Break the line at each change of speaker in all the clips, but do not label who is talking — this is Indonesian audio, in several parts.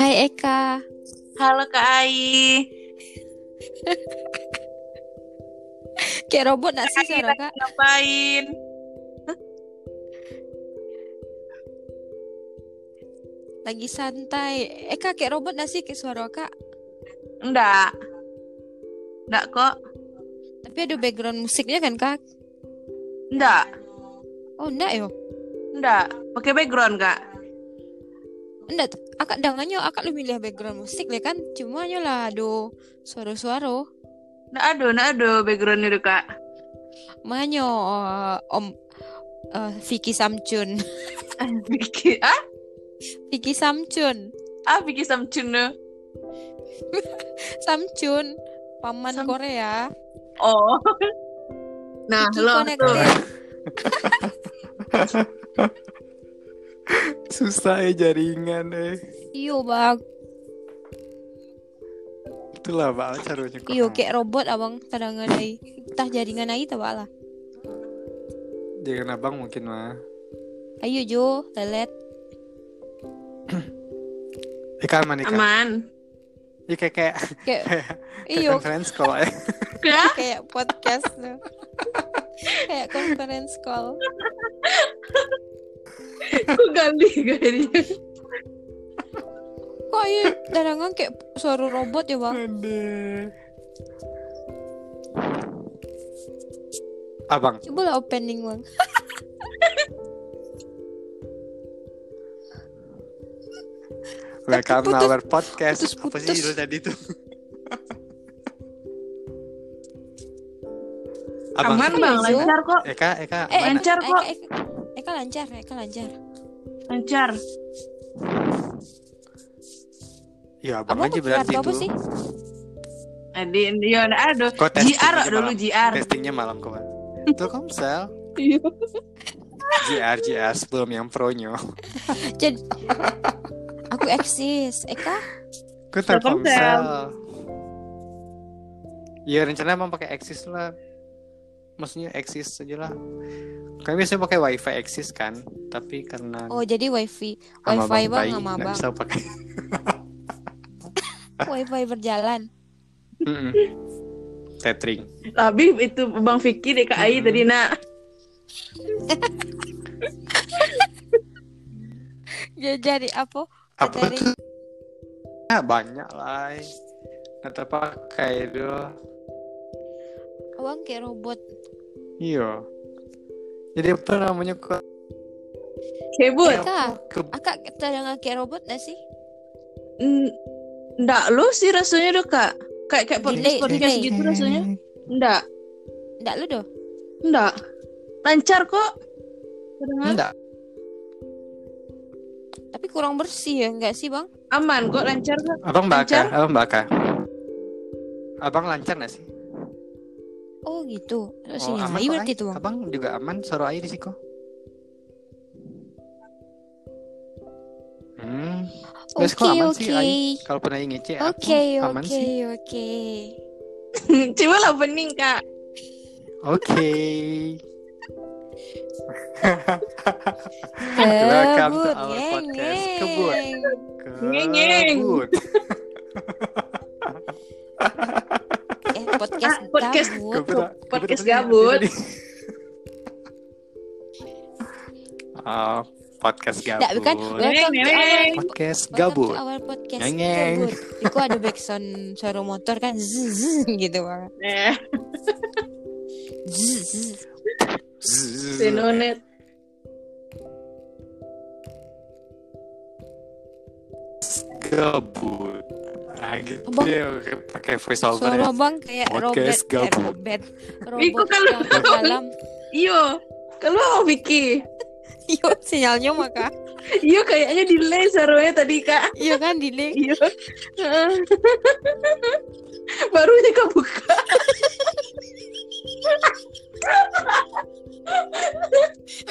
Hai Eka.
Halo Kak Ai.
Kayak robot gak sih
Kak Ai
suara
lagi
Kak?
ngapain?
Lagi santai. Eka kayak robot gak sih kayak suara Kak?
Enggak. Enggak kok.
Tapi ada background musiknya kan Kak?
Enggak.
Oh enggak yo.
Enggak. Pakai background Kak.
Enggak. t- Akak dangannya akak lebih milih background musik ya kan? Cuma nyo lah aduh suara-suara.
Enggak ada, enggak ada background itu Kak.
Manyo eh, Om eh, Vicky Samcun.
Bikin ah,
Vicky Samcun.
ah bikin samcune.
Samcun. Paman
Sam-
Korea.
Oh. Nah,
Vicky
lo
Connected.
Susah eh jaringan eh.
Iyo bang.
Itulah Pak caranya kok.
Iyo kayak robot abang tadangan ai. Tah jaringan ai tak lah.
Jangan abang mungkin mah.
Ayo Jo, lelet.
Ika aman Ika.
aman.
Iya kayak kayak
Kayak
kayak
iyo
conference call eh.
Kak,
kayak podcast tuh. kayak conference call.
aku ganti ganti.
Kok iya dadangan kayak suara robot ya, Bang?
Aduh. Abang,
Coba lah opening, Bang.
welcome to
putus-
our podcast. Apa
putus-putus.
sih judul tadi tuh? Abang,
Aman Bang,
Izo.
Iya, lancar kok.
Eka, Eka,
Eh,
aman.
Lancar
Eka-
kok.
Eka, Eka lancar, Eka lancar.
Lancar.
Ya, abang
Abang
aja
pakai
berarti
kartu apa
tuh.
sih?
Adi, ya enggak ada.
Kok testingnya
JR dulu
malam?
JR.
Testingnya malam kemarin. Telkomsel,
Iya.
JR, JR sebelum yang pro-nya.
Jadi aku eksis. Eka,
Ke
Telkomsel.
Telkomsel. Ya rencana emang pakai Axis lah. Maksudnya Axis aja lah. Kami biasanya pakai WiFi Axis kan, tapi karena
oh jadi wifi.
sama
Wifi Bang
Bayi,
sama
nggak
Bang.
bisa pakai.
Wifi berjalan.
Mm-mm. Tethering.
Tapi itu Bang Vicky deh Kak Ai
Hmm.
tadi nak.
Ya jadi apa?
Apa
Tethering.
tuh? Ya, banyak lah. eh. Nggak terpakai doh.
Abang kayak robot.
Iya. Jadi apa namanya kok?
Kebut.
Eka,
Ke-
Aka tadangan kayak robot gak sih?
N- Nggak lo sih rasanya tuh kak Kayak kayak podcast
Delay,
podcast
delay.
gitu rasanya Nggak
Enggak lu doh.
Nggak Lancar kok Kedengar
Enggak.
Tapi kurang bersih ya enggak sih, Bang?
Aman kok lancar kok
Abang bakar,
Lancar?
abang bakar. Abang lancar nggak sih?
Oh gitu. Terus
Oh,
ini
aman
hai
kok,
berarti
Ai.
tuh, Bang.
Abang juga aman, suruh air di siku. Hmm, Terus kok
Oke,
aman sih,
oke.
Ai? kalau pernah ngece aku
Oke,
aman
oke,
sih.
oke.
Coba lah bening kak
Oke. Welcome to
Kebut,
our
ngeng,
podcast.
ngeng.
Kebut.
Ngeng-ngeng.
Kebut.
Eh, podcast
Ah, podcast.
gabut.
Kebut.
Podcast
Kebut apa sih?
gabut.
Ah, podcast gabut.
Enggak, bukan. Welcome to our
Ngeng.
Podcast
Welcome
gabut.
to our podcast
Ngeng, ngeng.
gabut. Iku ada backsound suara motor kan zzz, zzz, gitu bang.
Eh
Zzz, zzz.
Zzz.
Senonet
gabut lagi
Abang.
dia pakai voice over ya.
Suara bang kayak robot,
Podcast
kayak
gabut.
robot,
Iku
robot
kalau-
yang ke dalam.
Iyo Kalau Vicky
Yo, Iya, sinyalnya maka.
Iyo kayaknya delay serunya tadi kak
Iya kan, delay.
Iyo Heeh. Baru aja kak buka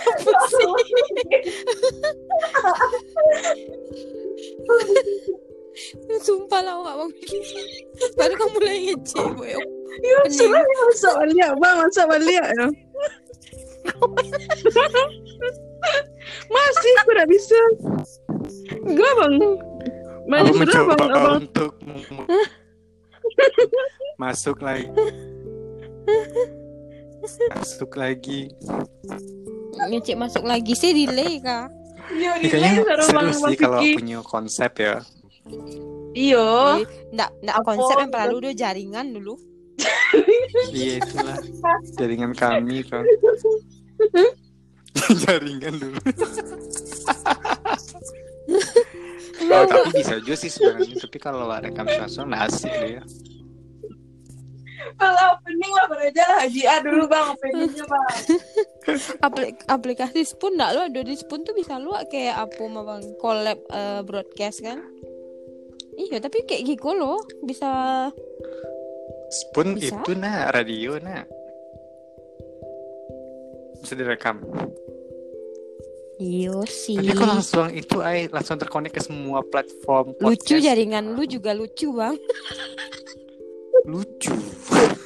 Sumpah lawak bang. Baru kamu mulai ngece, boy.
Iyo
Bening.
serunya Masa balik Bang Masa balik ya Masih aku nggak bisa. Enggak bang. Banyak sudah
Aku mencoba
bang. Abang
untuk mem- masuk lagi. Masuk lagi.
Ngecek masuk lagi sih delay kak.
Iya,
Ini kayaknya
seru
seru
Bang
sih kalau
Vicky.
punya konsep ya.
Iya.
Jadi, ndak ndak
Apa?
konsep yang perlu dulu jaringan dulu.
Iya itulah jaringan kami kan. jaringan dulu.
Iya,
Oh, tapi bisa juga sih sebenarnya. Tapi kalau rekam suasana nah asik dia.
Kalau opening lah aja lah Haji A dulu bang openingnya bang.
Apli- aplikasi Spoon ndak lo ada di Spoon tuh bisa lo kayak apa mau bang collab eh, broadcast kan? Iya tapi kayak gitu loh bisa
Spoon
Bisa.
itu nah radio nah. Bisa direkam.
Iya sih.
Tapi kok langsung itu ay langsung terkonek ke semua platform
Lucu
podcast.
jaringan lu juga lucu bang.
Lucu.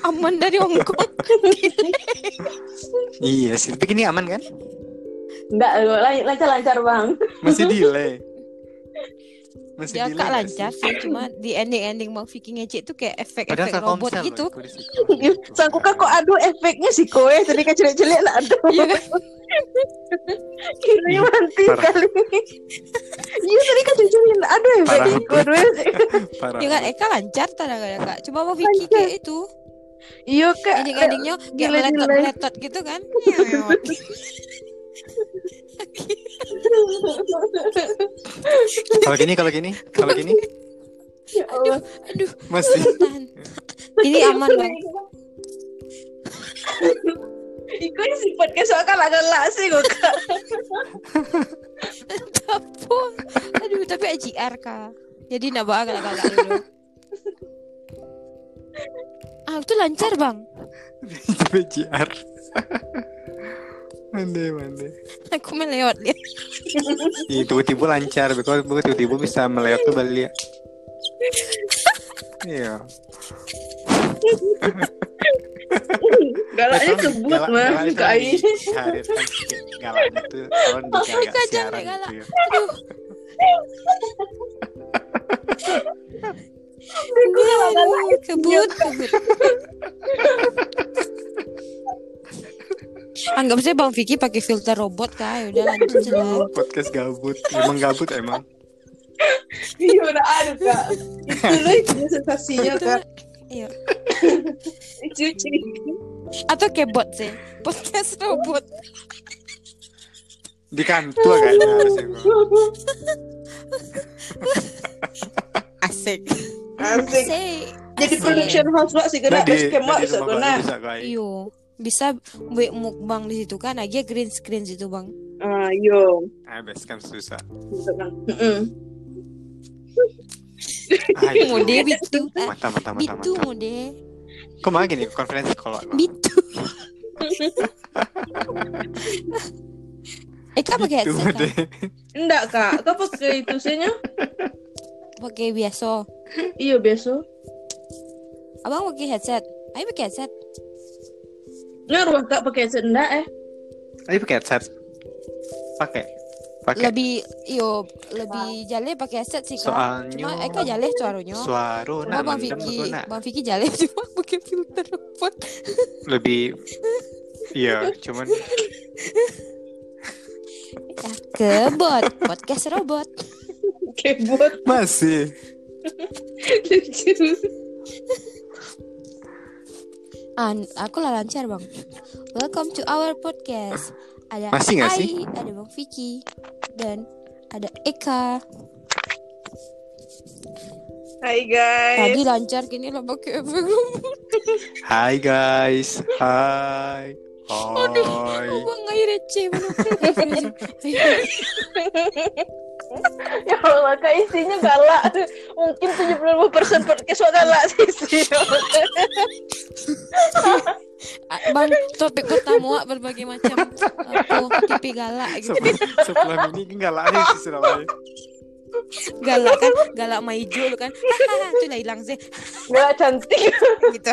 Aman dari Hongkong. Gitu.
iya sih. Tapi ini aman kan?
Enggak, lancar lancar bang.
Masih delay. Masih
ya kak
delay nggak sih?
lancar sih cuma di ending ending bang Vicky ngecek tuh kayak
Padahal
efek-efek robot
Telkomsel
gitu.
loh, itu di Telkomsel.
Sangku kok aduh efeknya sih kowe tadi kan jelek-jelek lah aduh.
Iya kan?
Kira mati
Parah.
kali. Iya tadi kan jelek-jelek lah aduh
Parah.
efeknya kowe.
Parah.
Ya kan Eka lancar tanda gak kak. Cuma bang Vicky kayak itu
Iya kak.
ending endingnya kayak
Delay,
meletot
delay.
meletot gitu kan. Nyeot.
Kalau gini, kalau gini, kalau gini
Ya Allah.
Aduh
masih.
tahan. Oh, Ini aman bang.
Iku ini si podcast soal kalah-kalah sih kok kak.
Apa? Ya Aduh tapi AJR kak. Jadi nak bawa agak agak dulu. Ah itu lancar bang.
BJR. Mande, mande.
Aku melewat dia.
Ih, tiba-tiba lancar, because because tiba-tiba bisa meleot tuh balik. Iya.
Galaknya kebut mah kak ini.
Galak gitu. itu tahun
Kacang
digagak
deh,
siaran
galak.
gitu ya.
Aduh. Aduh, kebut, kebut. Anggap saja Bang Vicky pakai filter robot kak, udah lanjut jelas.
Podcast gabut, emang gabut emang.
Iya udah ada kak. Itu loh itu sensasinya kak. Eh,
Iya.
Cuci.
Atau kebot sih, podcast robot.
Di kantor kayaknya harusnya. Bang.
Asik.
Asik.
Asik.
Jadi production house lah sih kena
Nah, di-
terus
nah,
kemak
di
bisa
rumah
kena.
baru bisa kau air.
Iyo, bisa buat mukbang di situ kan, aja green screen situ bang.
Ah yo.
Ah, best kan susah.
Heeh.
Ah, iya.
Mode bitu, ah,
Mata, mata, mata,
bitu
mata.
mode,
Kok malah gini konferensi kalau
bitu. Eka pakai
Itu
headset kan?
deh.
Enggak kak, kau pakai itu sihnya?
Pakai biasa.
Iya besok.
Abang pakai headset. Ayo pakai headset.
Ngaruh kak pakai headset enggak eh?
Tadi pakai headset. Pakai. Pakai.
Lebih iyo lebih jaleh pakai headset sih kak.
Soalnya
Cuma Eka jaleh suaranya.
suara
Cuma
nak
Bang
mendem
Vicky,
tu nak
Bang Vicky jaleh cuma pakai filter robot.
lebih Iya, cuman
Ah, Kebot, podcast robot.
Oke buat
masih
lucu.
An aku lah lancar bang. Welcome to our podcast. Ada
Masih nggak sih?
Ai, ada Bang Vicky dan ada Eka.
Hai guys.
Tadi lancar gini loh pakai efek robot.
Hai guys. Hai. Hai.
Bang ngai receh bang.
Ya Allah kak isinya galak. Mungkin 75% podcast soal galak sih sih.
bang topik pertama wak, berbagai macam apa tipe galak gitu.
Sebelum, sebelum ini galak nih di Surabaya.
Galak kan galak maiju lu kan. Hahaha, itu lah hilang sih
Galak cantik.
gitu.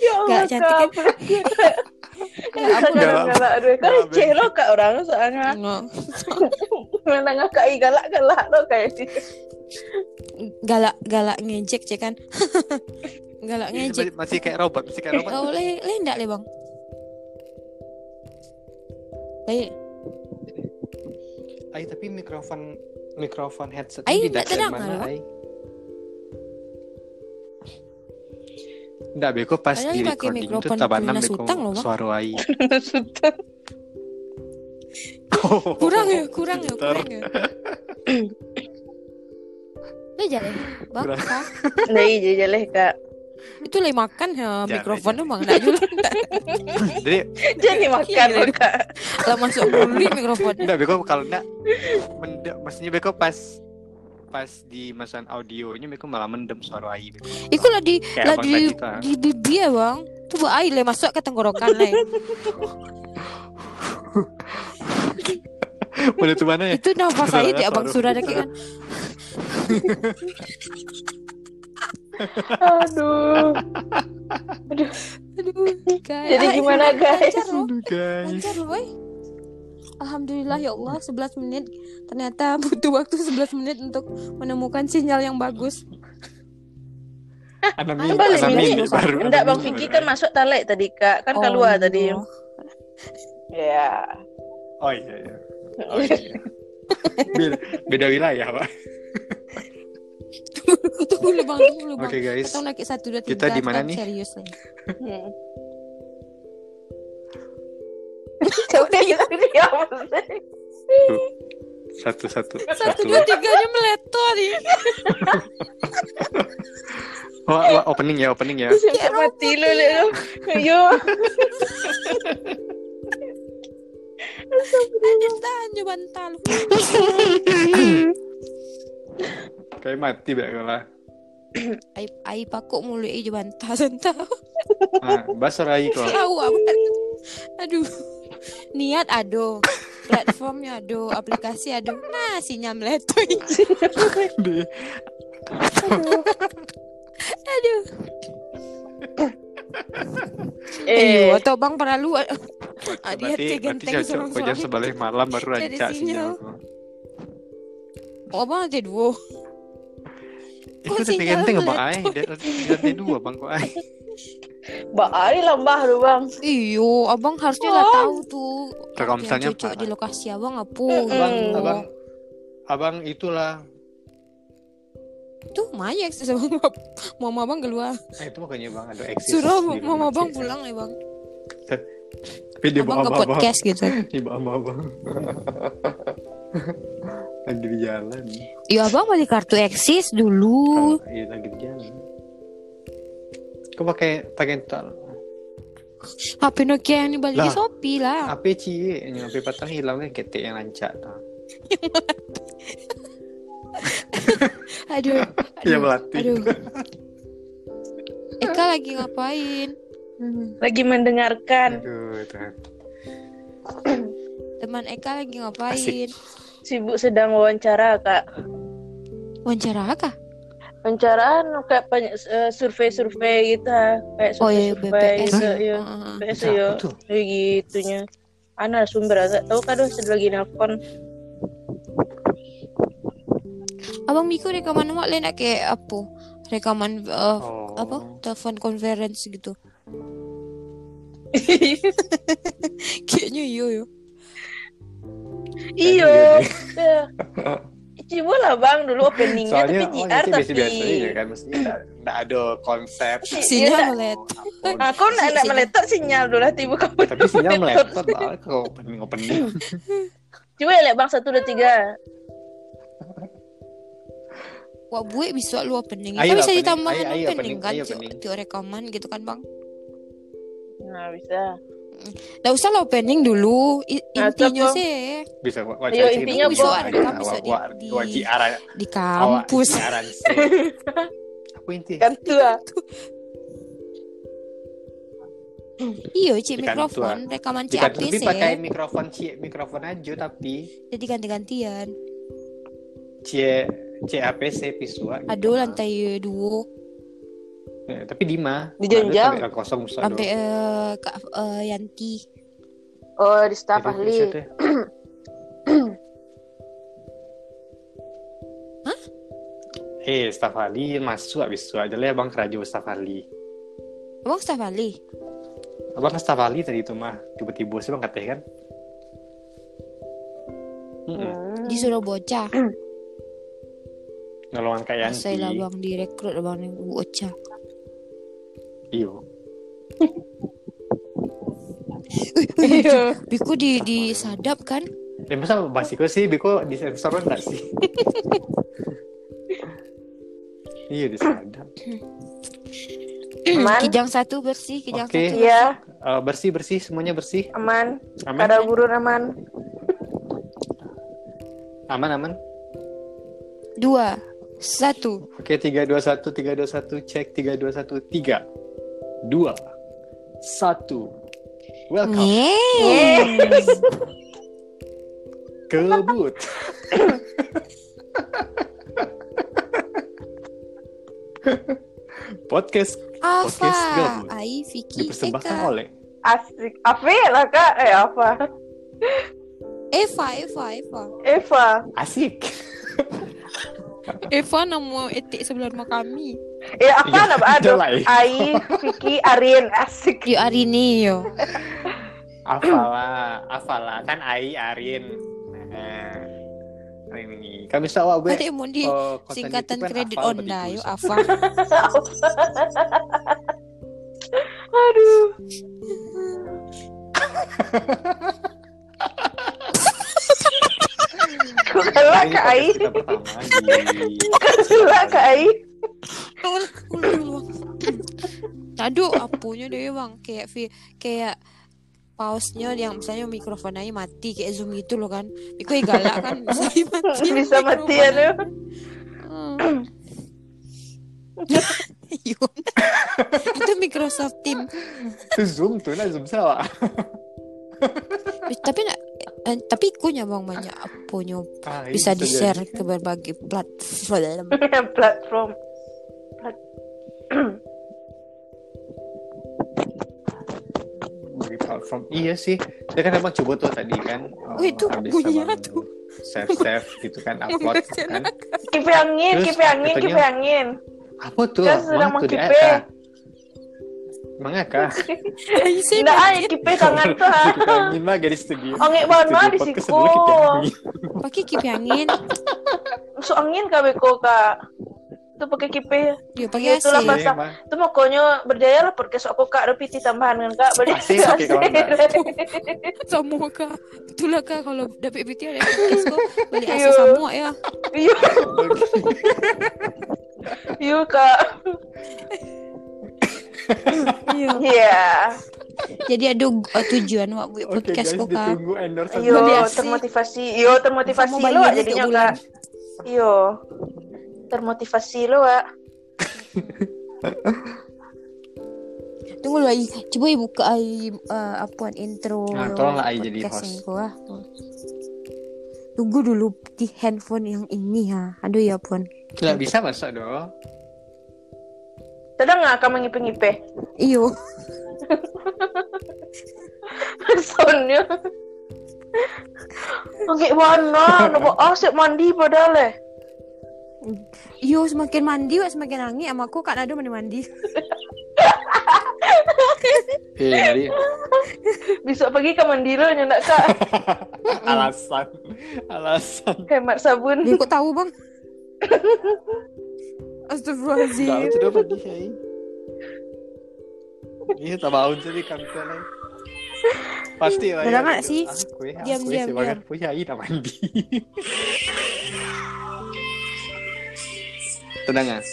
Ya Allah
Galak cantik eh.
kak.
kan. Ya aku
Galak.
galak aduh kan
Galak,
cek lo kak orang soalnya
no.
mana ngakai galak galak lo kayak sih
galak galak ngejek cek kan. galak
Ini
ngejek.
masih- masih kayak robot, masih kayak robot.
Oh, le le ndak le bang. Le,
Ay, tapi mikrofon mikrofon headset
Ay,
tidak
nggak terang, Al.
Ay? Nggak, beko pas
Padahal
di
pakai
recording itu
mikrofon
tabanan
Kulina
beko
Sutang loh, Bang.
suara ai.
Sudah.
kurang ya, kurang ya, kurang ya. Le jalan, bang.
Kurang.
Kak.
Nah, iya jeleh kak.
Itu le makan ya
Jangan,
mikrofonnya
jangan.
bang. Ndak juga ya.
Jadi,
Jadi makan lo kak.
lah masuk dulu mikrofonnya.
nggak beko kalau nggak, mendem, maksudnya beko pas pas di masukan audionya beko malah mendem suara ai. Beko.
Iku lah di
Kayak
lah
abang
di
tadi tuh. ah.
di bibi ya bang. Coba ai le masuk ke tenggorokan le.
Mana tuh mana ya?
Itu nafas saya
Suaranya
dia bang
suara
Surada
bibi.
kan.
Iya. Aduh.
Aduh, guys.
Jadi
Ah,
gimana,
ini
guys?
lancar loh.
Aduh, guys.
Lancar, woy. Alhamdulillah ya Allah 11 menit Ternyata butuh waktu 11 menit untuk menemukan sinyal yang bagus
Anak
Ayo, balik
mini,
Balik
anak
Sama
ini.
mini Iya, baru. Iya.
Enggak
anak
Bang
mini
Vicky
baru.
kan masuk talek tadi kak. Kan keluar tadi.
iya.
Iya.
Ya.
Oh iya iya. Oh, iya, iya. beda, beda wilayah pak.
Tunggu dulu bang, tunggu dulu
Oke
bang
guys,
Kita lagi 1, 2, 3
Kita di mana nih?
Serius nih
Coba kita diam.
satu satu
1,
satu.
2, 3 nya meletot nih
Oh, oh, opening ya opening ya.
Sampai mati lu Lek, Iya. lu. Yo.
Tahan coba tahan
Kayak mati bek kalau.
Ai, ai pakok mulu i coba tahan sentau
Ah, bahasa rai kok.
Tahu apa Aduh Niat aduh Platformnya aduh Aplikasi aduh Nah sinyal meletot
Di-
Aduh
Eh.
Eh, atau bang perlu Ah, dia tiga
Berarti berarti
genteng
cocok.
seorang
Kau jam
suami.
sebalik malam baru
Jadi
rancak
sinyal.
sinyal. kok.
Oh bang ada dua Kok
Itu tiga
sinyal
genteng bang
meletot?
ai. Dia dia dua bang kok eh. ai.
Mbak Ari lambah lu Bang.
Iyo, abang harusnya lah
Oh.
tahu tuh.
Kalau
yang
misalnya
cocok
apa?
di lokasi abang apa?
Abang
gitu.
abang abang itulah.
Tuh mayak sih sama mama, mama abang keluar.
Eh, itu makanya bang ada eksis.
Suruh
di rumah
mama abang
sih.
pulang ya bang.
Tapi dia
abang ke
bawa Iya, abang.
podcast gitu.
Tiba abang. Lagi di jalan.
Iya abang balik kartu eksis dulu.
Kalau- Iya lagi di jalan. Kau pakai pakai tol.
HP Nokia yang dibalik di
Lah.
Shopee lah.
Apa cie? Yang apa patah hilangnya ketik yang lancak tau.
Aduh. aduh.
Iya melatih.
aduh. Eka lagi ngapain?
Lagi
Kan.
mendengarkan
Aduh, Tuhan.
Teman Eka lagi ngapain?
sibuk sedang wawancara Kak.
Wawancara kah?
Wawancaraan kayak banyak eh, survei-survei gitu ha. kayak
Oh iya
survei-survei
BPS.
gitu, iya.
Heeh.
BPS
Apa
yo.
tuh?
Kayak gitunya. Ana sumber agak tahu kan sedang lagi nelpon.
Abang Miko rekaman mak lain nak kayak apa? Rekaman eh,
Oh.
apa? Telepon conference gitu. Kayaknya iya, yo yo.
Iyo.
gitu
Cibu Iya. lah bang dulu openingnya
Soalnya
tapi
oh,
JR
ini
tapi
biasa-biasa aja kan mestinya nggak- nggak ada konsep.
Sinyal
Eh, iya, tak-
meletot.
Apapun.
Ah,
Aku nak nak
Sinyal.
meletot sinyal dulu lah tiba kamu.
Tapi sinyal meletot lah kalau opening opening.
Coba ya Lek, bang satu dua tiga.
Wak buik bisa lu opening.
Ayo
Kan bisa
opening,
ditambahkan
ayo- ayo
opening
opening,
kan
ayo
Cuk,
opening.
Cuk, rekaman gitu kan bang.
Nah bisa.
Nggak usah lah opening dulu. I-
Nah,
intinya
tetap,
sih
bisa gua gua
Iya,
cari
intinya
gitu.
gua-
Ayo,
kan bisa
wah,
di-
wah,
di-
wah, JR aja.
di
Awak
kampus.
siaran sih. Apa inti?
Kan tua.
Iyo Iya, cik
Di
mikrofon rekaman cik
Jika
apa
tapi
sih?
pakai mikrofon cie mikrofon aja tapi
Jadi ganti-gantian.
cie CAPC pisua. gitu.
Aduh lantai dua.
Ya, tapi Dima.
Dijenjang.
Ada tapi kosong bisa
sampai eh, kak eh, Yanti
Oh, di staf
Jadi,
ahli.
riset ya. Eh, staf ahli masuk habis itu aja lah ya Bang Rajo staf ahli.
Abang staf ahli
Abang kan staf ahli tadi itu mah tiba-tiba sih Bang katanya kan. Mm-mm.
Hmm.
disuruh bocah
Nolongan kayak
saya lah
Yanti.
bang direkrut abang ni bocah
Iyo.
Iya.
biku di di sadap kan
Ya masa basiku sih Biko disensor kan enggak sih? iya disadap.
Aman.
kijang satu bersih kijang
Oke.
satu
Iya,
Eh, bersih bersih semuanya bersih.
aman.
Aman.
Kada burun aman.
Aman aman.
dua satu
Oke, 3 2 1 3 2 1 cek 3 2 1 3 2 1 Welcome
Yeay.
Yes.
ke But. Podcast
Alfa
Podcast gabut.
Ai Vicky
dipersembahkan
Eka
oleh
Asik. Afi lah kak. Eh apa?
Eva Eva Eva
Eva.
Asik.
Eva nama etik sebelah rumah kami
Eh apa
Iya,
nama aduh?
jelai.
Ai, Vicky, Arin, asik.
Yo Arini yo
Afala, Afala kan Ai Arin. Nah, Arin ini. Kami sawa
Kata
gue.
Mundi
eh, konten
singkatan
YouTube kan
kredit
Afal
Onda
bagi
yo
gue.
Ava
Aduh. Kalah
Ini
kak Ai.
podcast kita pertama di-
Kalah kak Ai.
Aduh apunya deh bang kayak vi- kayak pausnya yang misalnya mikrofon aja mati kayak zoom gitu loh kan Iku ya galak kan bisa mati
Bisa mati
mikrofon.
ya tuh.
Hmm. Yun. Iya. Itu Microsoft Team
Itu Zoom tuh, nah Zoom sawa.
tapi nak eh, tapi ikunya bang banyak apunya
Ah, ini
bisa di share
jadi.
ke berbagai platform
Nah, Platform.
Bagi platform. Iya sih. Saya kan emang coba tuh tadi kan.
Oh, itu bunyinya tuh. Iya,
Save save gitu kan upload gitu kan.
Kipi angin,
Terus,
kipi angin,
itunya-
kipi angin.
Apa tuh?
Kan sudah
Mang, tuh Ah. di
mengkipe.
atas. Mengaka.
Nggak ah, kipi tangan tuh. ha.
Kita angin mah gadis studio.
Angin banget mah di
Podcast
siku.
dulu kita angin.
pakai kipi angin
Masuk angin kak Beko kak. Itu pakai kipi.
dia pakai AC
Itulah, Mas.
Iya, Mang.
Itu mau konyo berjaya lah podcast aku kak. Ada piti tambahan kan kak. Beli
Asik, pakai kawan, Kak.
semua kak itulah kak kalau dapat PT ada podcast kok beli AC
Iya.
semua ya
Iya, iya kak.
iya
Iya.
jadi ada uh, tujuan wak buat
Oke guys,
podcast kok kak
ditunggu endorse.
Yo,
Beli AC.
Iya, termotivasi. Yo, termotivasi
Sama
lo
bayinya
jadinya
tiap
kak. Yo, termotivasi lo kak.
tunggu lu Ai. coba ibu buka ai uh, apuan intro
Nah, Ah, tolonglah Ai jadi
podcast
host.
yang kau, ah. tunggu dulu di handphone yang ini ya aduh ya pun
Nggak bisa masuk dong.
Tidak nggak kamu ngipe-ngipe?
iyo
Soalnya. Oke, mana? Nopo asik mandi padahal eh.
iyo semakin mandi wak semakin angin sama aku kak Nado mandi mandi
Iya, jadi
Besok pagi ke mandi lo nyendak kak.
alasan alasan
Hemat sabun.
dia kok tahu bang
Enggak,
Astagfirullahaladzim
itu udah pergi, hey. Iya, tabahun jadi kanker. hey. Pasti lah.
Bener nggak sih?
Aku ya,
Diam,
aku
diam,
ya,
diam.
punya ida mandi. Tenang ah. nggak?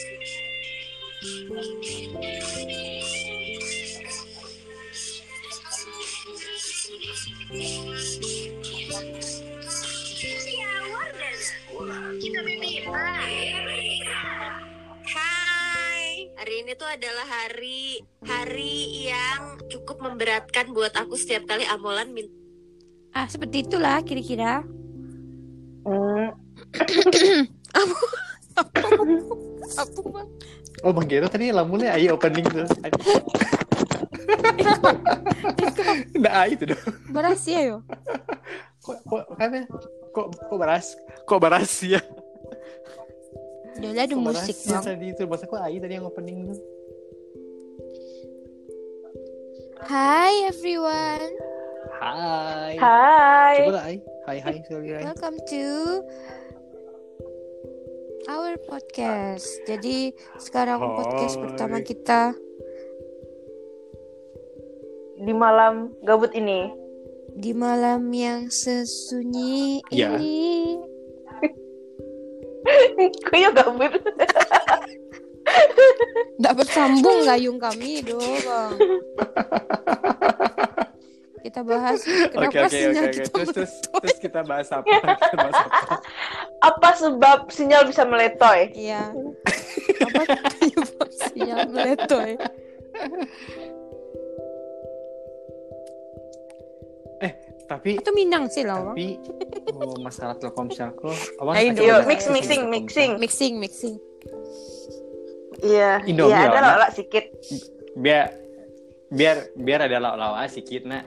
Hai, hari ini tuh adalah hari hari yang cukup memberatkan buat aku setiap kali amolan minta
ah seperti itulah kira-kira
Hmm.
Apa bang?
Oh Bang Gero tadi lamunnya ayo opening tuh. Nah itu dong.
Berasia yo.
Kok kok kan kok kok beras kok berasia.
Dia lah, ada
Kok
musik
berasia
bang.
tadi itu bahasa kok Ai tadi yang opening tuh.
Hi everyone,
Hai. Coba
Hai.
lah Ai. Hai hai sekali Ai.
welcome to our podcast. Jadi sekarang podcast
Hai.
pertama kita
Di malam gabut ini.
di malam yang sesunyi
Ya.
ini.
Kayaknya gabut.
Nggak bersambung gayung kami dong bang. Kita bahas kenapa gitu?
Oke oke oke
sinyal
oke.
kita
Terus terus terus kita bahas apa? Kita bahas apa?
Apa sebab sinyal bisa meletoy?
Iya. Ya. Apa penyebab sinyal eh? meletoy?
Tapi
Itu Minang sih lah, Bang.
tapi oh, masalah Telkomselku awal
Ayo,
sakit
yuk,
banget
mix,
sih
mixing,
Telkomsel.
mixing.
Mixing, mixing.
Iya.
Indomie,
Iya, ada
Wan.
lah sedikit.
biar biar biar ada lawa-lawa sedikit nak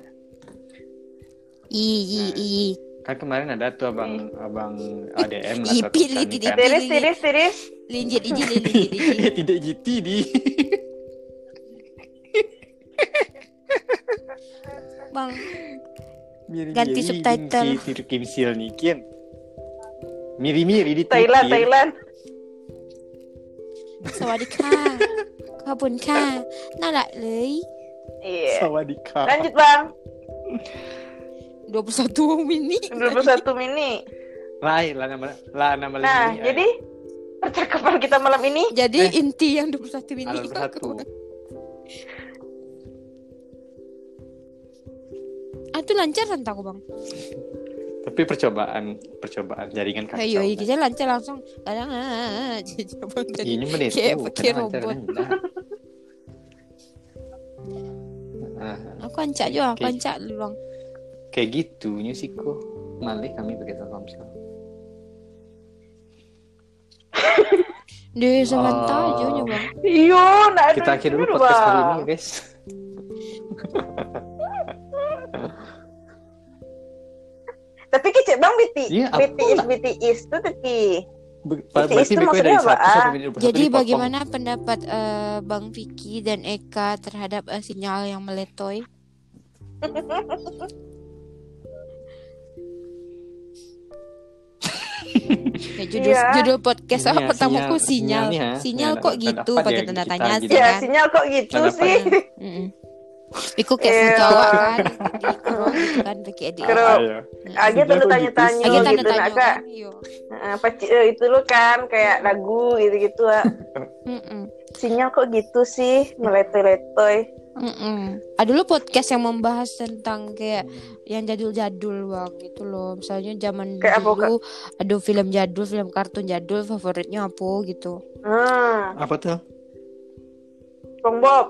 I i i.
kan kemarin ada tuh abang abang ADM
Eh. Ih,
atau
pilih
Tukang
tidak.
ikan.
Tiris, tiris, tiris.
Linjit iji linjit iji.
Eh, tidak gitu di
Bang, Ganti subtitle.
tiru kimsil nikin miri miri di
Thailand,
tikin.
Thailand.
สวัสดีค่ะ ขอบคุณค่ะ น่ารักเลย
Iya.
Sawadika.
Lanjut, Bang.
21 mini.
21 mini.
Lai, lah nama lah nama
Nah,
lagi.
jadi percakapan kita malam ini
Jadi
Eh.
inti yang 21 mini.
Alat bersatu.
Ah, itu lancar kan aku, Bang?
Tapi percobaan percobaan jaringan kacau.
Ayo,
Nak.
kita lancar langsung. Kadang ah, ah, ah, jadi abang jadi
ini menit
kayak
tuh,
pakai
kenapa
robot.
caranya? Nah,
Aku ancak juga, aku
Oke.
ancak dulu, Bang.
kayak gitu nyusiku malih kami pakai telkomsel
Deh, sebentar
Oh.
aja nya, Bang.
Iya, nah
kita akhiri dulu podcast kali ini guys
Tapi kece bang BTS,
Iya, apa
BTS,
lah?
BTS itu tadi.
Be-
Jadi
berarti
itu
BQ dari
gitu maksudnya
100
apaan?
sampai 21
Jadi
dipotong.
bagaimana pendapat eh, Bang Vicky dan Eka terhadap eh, sinyal yang meletoy? Ya, judul,
Iya.
judul podcast
Ini ya,
pertamaku sinyal.
sinyal- sinyalnya.
Sinyal,
Ya,
kok
ada
gitu
apa
pakai
ya,
tanda
kita
tanya
gitu.
sih
Ya,
kan.
sinyal kok gitu
Kenapa
sih?
Mm-mm. Iku kayak yeah.
Iya.
Jawa kan, di kru gitu kan pakai edit.
Kru.
Ah, iya.
Agak tanda
Sinyal kok
tanya-tanya
gitu
Lagi
sih?
tanda
gitu,
tanya
nak kak.
kan, iya.
Nah, paci- eh, itu lo kan kayak lagu gitu-gitu. ah.
Mm-mm.
Sinyal kok gitu sih, meletoy-letoy.
mm Ada dulu podcast yang membahas tentang kayak yang jadul-jadul bang gitu loh. Misalnya zaman
Kayak apa,
dulu ada film jadul, film kartun jadul favoritnya apa gitu.
Hmm,
apa tuh
SpongeBob.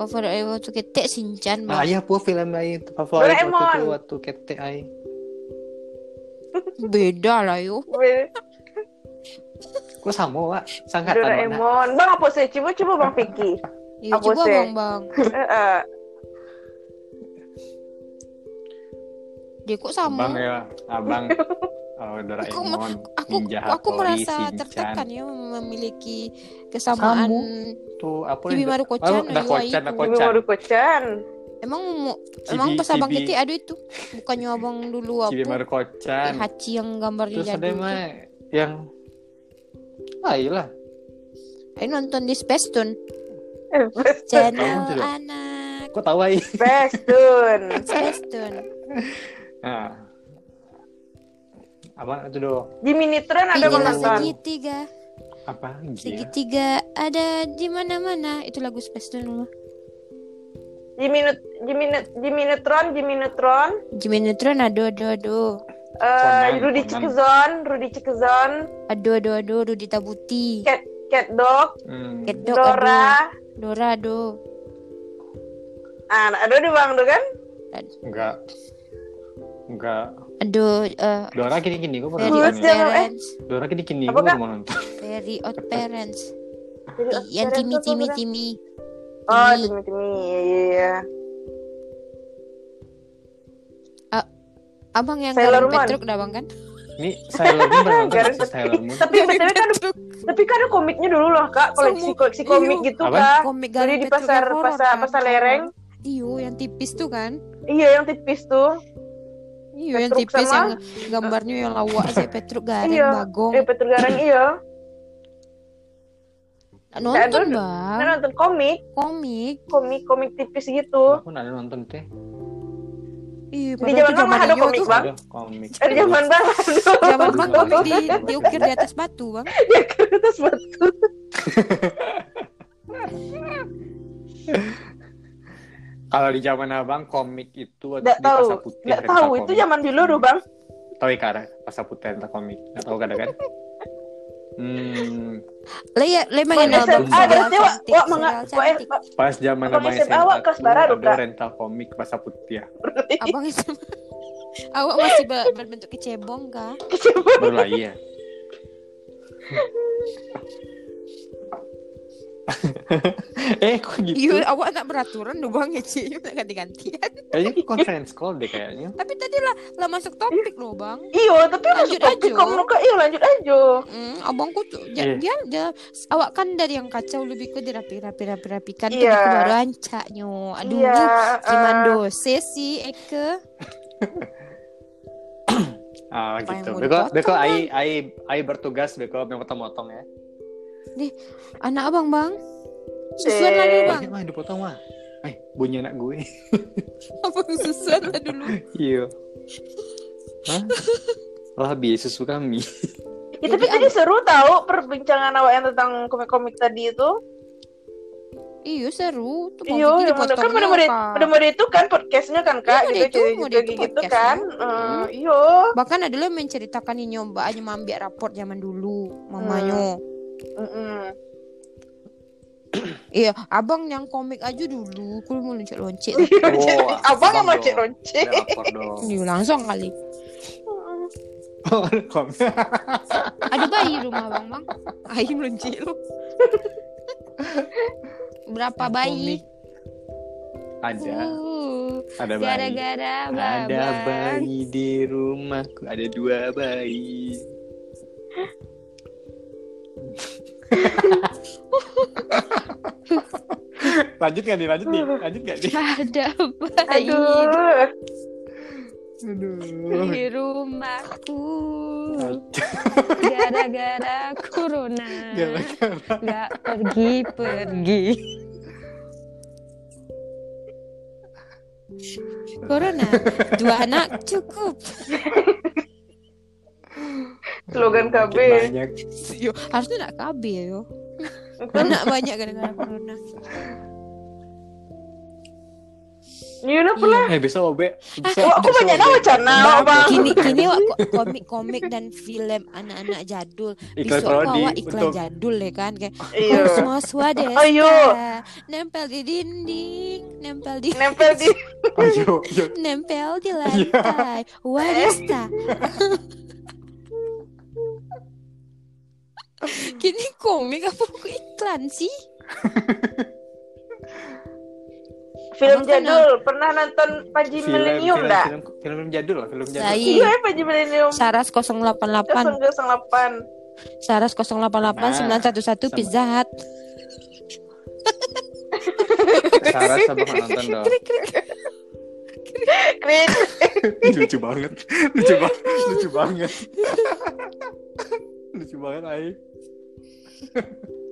Favorit eh, waktu ketek Shinchan
ah
bang.
iya po film lain favorit waktu
Doraemon.
itu waktu kete ai
iya.
Beda lah yuk.
kok sama wak sangkatan mana
Doraemon. Bang apa sih? Coba coba Bang Vicky.
Iya
Apa
coba
sih?
bang bang.
Heeh.
Dia kok
abang
sama.
ya abang oh, Doraemon
Aku
Ninja iya,
aku
Hattori,
merasa
Shinchan.
tertekan ya memiliki kesamaan.
Samu. tuh apa
Cibi Maru Kocan, Ayu
dah
Ayu.
kocan dah
Ini
kocan
mau dikocan.
Emang mau-
Cibi-
emang pas abang
Cibi.
ketek ada itu bukannya abang dulu
Cibi
apa?
Maru kocan
Hachi yang gambarnya
terus ada
jadul. gitu.
mah yang ah iyalah
Ayo nonton di Space
Eh,
Tune.
Tahu
Channel
tidak?
anak
kok tahu ai
Bestun.
Spacetoon.
Nah. Apa itu do?
Di Minitron ada
Inilah
bang
Iya,
nonton.
segitiga.
Apa? Gila.
Segitiga ada di mana-mana. Itu lagu Spacetoon.
Jimmy Nut Jimmy Nut Jimmy Neutron Jimmy Neutron
Jimmy Neutron aduh aduh aduh.
eh,
Conan,
Rudy
Conan.
Cikezon Rudy Cikezon
Aduh aduh aduh Rudy Tabuti.
Cat Cat Dog
Hmm.
Cat Dog aduh.
Dora
Dora aduh.
ah ada di bang tuh kan
Enggak. Enggak.
Aduh, eh
Dora gini-gini gue pernah
very
Terus
odd
nonton.
dia- jangan, eh.
parents,
Dora gini-gini
Apa,
gue
Kak?
mau nonton.
very odd parents.
Jadi,
Ih, Yang
Karen
Timmy,
tuh
Timmy,
pernah-
Timmy.
Oh,
Timmy.
Timmy, Timmy. Iya, iya, iya.
Abang yang
Sailor
Sailor
Moon.
Petruk dah bang kan?
Ini Sailor Moon pernah nonton nggak
Garis-
sih Sailor Moon.
Tapi, tapi kan, tapi kan ada komiknya dulu lah, Kak. Koleksi,
Semua.
koleksi komik
Iya.
gitu,
Apa?
Kak.
Komik
Jadi
Garis
di
Petruk
pasar,
yang horor,
pasar,
kan?
pasar lereng.
Iyo, yang tipis tuh kan?
Iya, yang tipis tuh.
Iyo, Iya, yang
Petruk
tipis
sama-
yang gambarnya yang lawak sih Petruk Gareng
Iya.
Bagong.
Eh, Petur Garang, iya.
Nonton
dulu.
bang,
Kan nonton komik,
komik.
komik, komik tipis gitu.
Aku nggak ada nonton teh.
Iya,
Di zaman mama ada komik, Bang.
Ada komik.
Dari Eh, zaman banget.
Zaman
Aduh,
bang Iya,
Bang.
komik di, diukir di atas batu bang.
Ya, kertas batu.
Kalau di zaman abang komik itu
Nggak
di
tahu.
Pasar Putih.
Nggak
ada
tahu,
komik.
itu zaman dulu loh, Bang.
Tahu ya Kak, ada Pasar Putih ada komik. Nggak tahu kada kan? Hmm,
Lah ya, lah emang
Bang
kenal
SMA,
bang. Serial
berarti gitu ya, wak-
cantik,
wak manga-
serial
wak- eh.
cantik.
wak-
pas zaman
Abang
nama
SMA,
SMA,
awak kelas
tuh
barat,
ada
Kak.
rental komik Pasar Putih ya.
Abang SMA. Awak masih ber- berbentuk kecebong kah?
Baru lah iya. eh kok gitu?
Iya, awak nak beraturan dong bang ya Ci. Nak ganti-gantian.
Kayaknya conference call deh kayaknya.
Tapi tadi lah, lah masuk topik loh bang.
Iyo, Iya, tapi lanjut,
Lanjut
aja.
aja.
Kamu kak, iyo Iya, lanjut aja.
Mm, abangku tuh dia,
Iya.
dia, dia- awak kan dari yang kacau lebih ke dirapi rapi rapi rapikan tuh
Iya.
aku baru ancaknya. Aduh,
Iya,
cuman
eh.
dosis sih Eke.
Ah
Apa yang mau
gitu. Beko,
dipotong,
beko, ai, ai, ai bertugas beko memotong-motong ya.
Anak abang bang. Susuan lah dulu
Eh.
bang.
Bang, mah dipotong mah. Eh, bunyi anak gue.
Abang susuan lah dulu.
Iya. Hah? Lah biasa susu kami.
Ya, tapi
Jadi
tadi seru tahu perbincangan awak yang tentang komik-komik tadi itu.
Oh, Iya seru. Tuh Bang
Iyo,
Vicky
yang mana- kan
dipotongnya,
pada murid,
Kak.
pada murid itu kan podcastnya kan kak,
Iya,
gitu
murid itu,
gitu
murid
gitu,
itu
gitu
podcastnya. Hmm.
kan. Eh, iyo,
Bahkan ada yang menceritakan ini nyoba aja mambiak rapor zaman dulu mamanya.
Hmm. Mm-mm.
Iya, abang yang komik aja dulu. Kul mau loncek-loncek. Oh,
Wah,
ah,
abang yang
abang
lonceng
dong.
lonceng.
lapor dong.
Iya, langsung kali. Ada bayi rumah bang bang. Ayam loncik lu. Berapa bayi?
Ada,
Uh,
ada bayi.
Gara-gara babang.
Ada bayi di rumahku. Ada dua bayi. lanjut gak nih? Lanjut nih? Lanjut gak nih?
Ada bayi
Aduh,
Aduh.
di rumahku. Gara-gara corona.
Gara-gara.
Gak pergi-pergi. Corona, dua anak cukup.
slogan KB.
Makin Banyak.
Yo, harusnya nak KB ya yo. Anak banyak gara-gara corona.
Iyo, apa
Iya.
lah?
Eh besok OB. Besok,
Wah, Oh, aku
besok
banyak
OB.
nama channel, bang.
Kini kini wak ko- komik-komik dan film anak-anak jadul.
Iklan
Besok
parodi
wak iklan
untuk
jadul ya kan kayak
Iyo,
semua swadesta.
Iya. Ayo.
Nempel di dinding, nempel di
nempel di.
Ayo, ayo.
nempel di lantai. Warista. Kini komik apa kok iklan sih?
Film
Abang kan
jadul, pernah nonton Panji Milenium
film,
enggak?
film, film, film jadul lah, film jadul.
Saya
Iya, Panji Milenium.
Saras 088,
008.
Saras 088
Nah,
911 Pizza Hut.
Sarah sama nonton dong.
Keren.
lucu banget, lucu banget, lucu banget. lucu banget, Ai.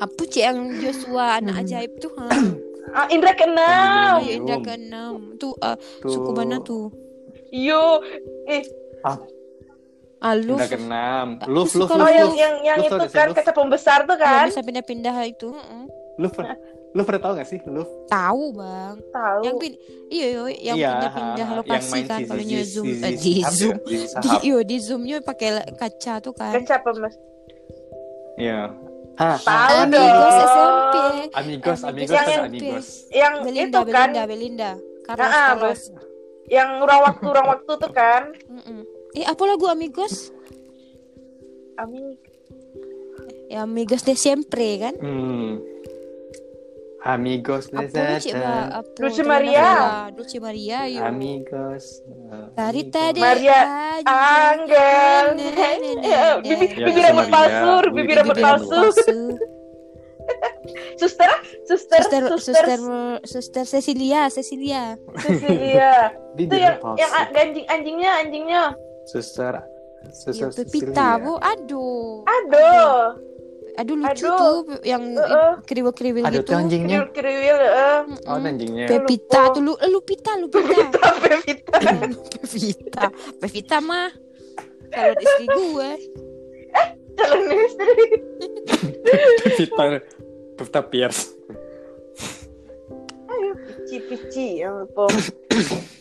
Apa cik yang Joshua
Hmm.
anak ajaib tuh? Ha?
Ah, Indra kena.
Panji
Ayo
Milenium.
jaga enam. Tuh eh,
Tuh.
suku mana tuh?
Yo, eh,
Alu.
Udah keenam. Luf, luf,
Suka
oh
luf,
yang
luf.
yang yang
Luf,
itu
luf,
kan
luf.
kaca pembesar tuh
Kalau
kan?
bisa pindah-pindah itu. heeh.
Luf, pernah- luf pernah tau gak sih? Luf.
Tahu, Bang.
Tahu.
Yang pin iya iya, yang
Iya,
pindah-pindah
ha, ha. Yang
lokasi
main
kan
si
kalau
Zizi-
nyezoom
Zizi
eh, di
Sahab ya?
zoom.
Zizi
Di
Sahab.
iyo di zoomnya pakai la- kaca tuh kan.
Kaca pembesar.
Iya. Hah,
Tahu
Amigos
dong.
SMP.
Amigos, amigos,
Yang
ada
yang
amigos.
Yang
Belinda,
itu kan.
Belinda, Belinda. Carlos,
Ah, ah,
Carlos.
yang ruang waktu ruang waktu tuh kan
Mm-mm. Eh apa lagu Amigos?
Amin
Ya Amigos de Siempre kan?
Hmm. Amigos
Apa
de
Luce Mbak?
Zeta.
Apa?
Dulce
Gimana,
Maria.
Mbak? Dulce Maria yuk.
Amigos.
Tarita de
Maria Angel Ya, bibir
Ya,
bibir
sama
rambut
dia.
palsu
Wih,
bibir
bibir
rambut palsu suster suster
Suster, suster,
suster
suster Cecilia, Cecilia.
Cecilia iya. itu
Bibir
yang
palsu.
yang a- anjing anjingnya anjingnya
Suster. Suster
Yuk, Pepita,
Cecilia.
bu, aduh,
aduh
aduh lucu
Aduh.
tuh yang
Heeh.
kriwil-kriwil
Ada
gitu.
tuh anjingnya.
kriwil kriwil eh.
Mm-mm.
Oh, ada anjingnya.
Pepita
Lupa.
tuh lu, eh, Lupita, Lupita.
sampai Vita
Pevita, Pevita mah calon istri gue.
calon istri
Pepita. Pepita Pierce.
pici pici ya ampun.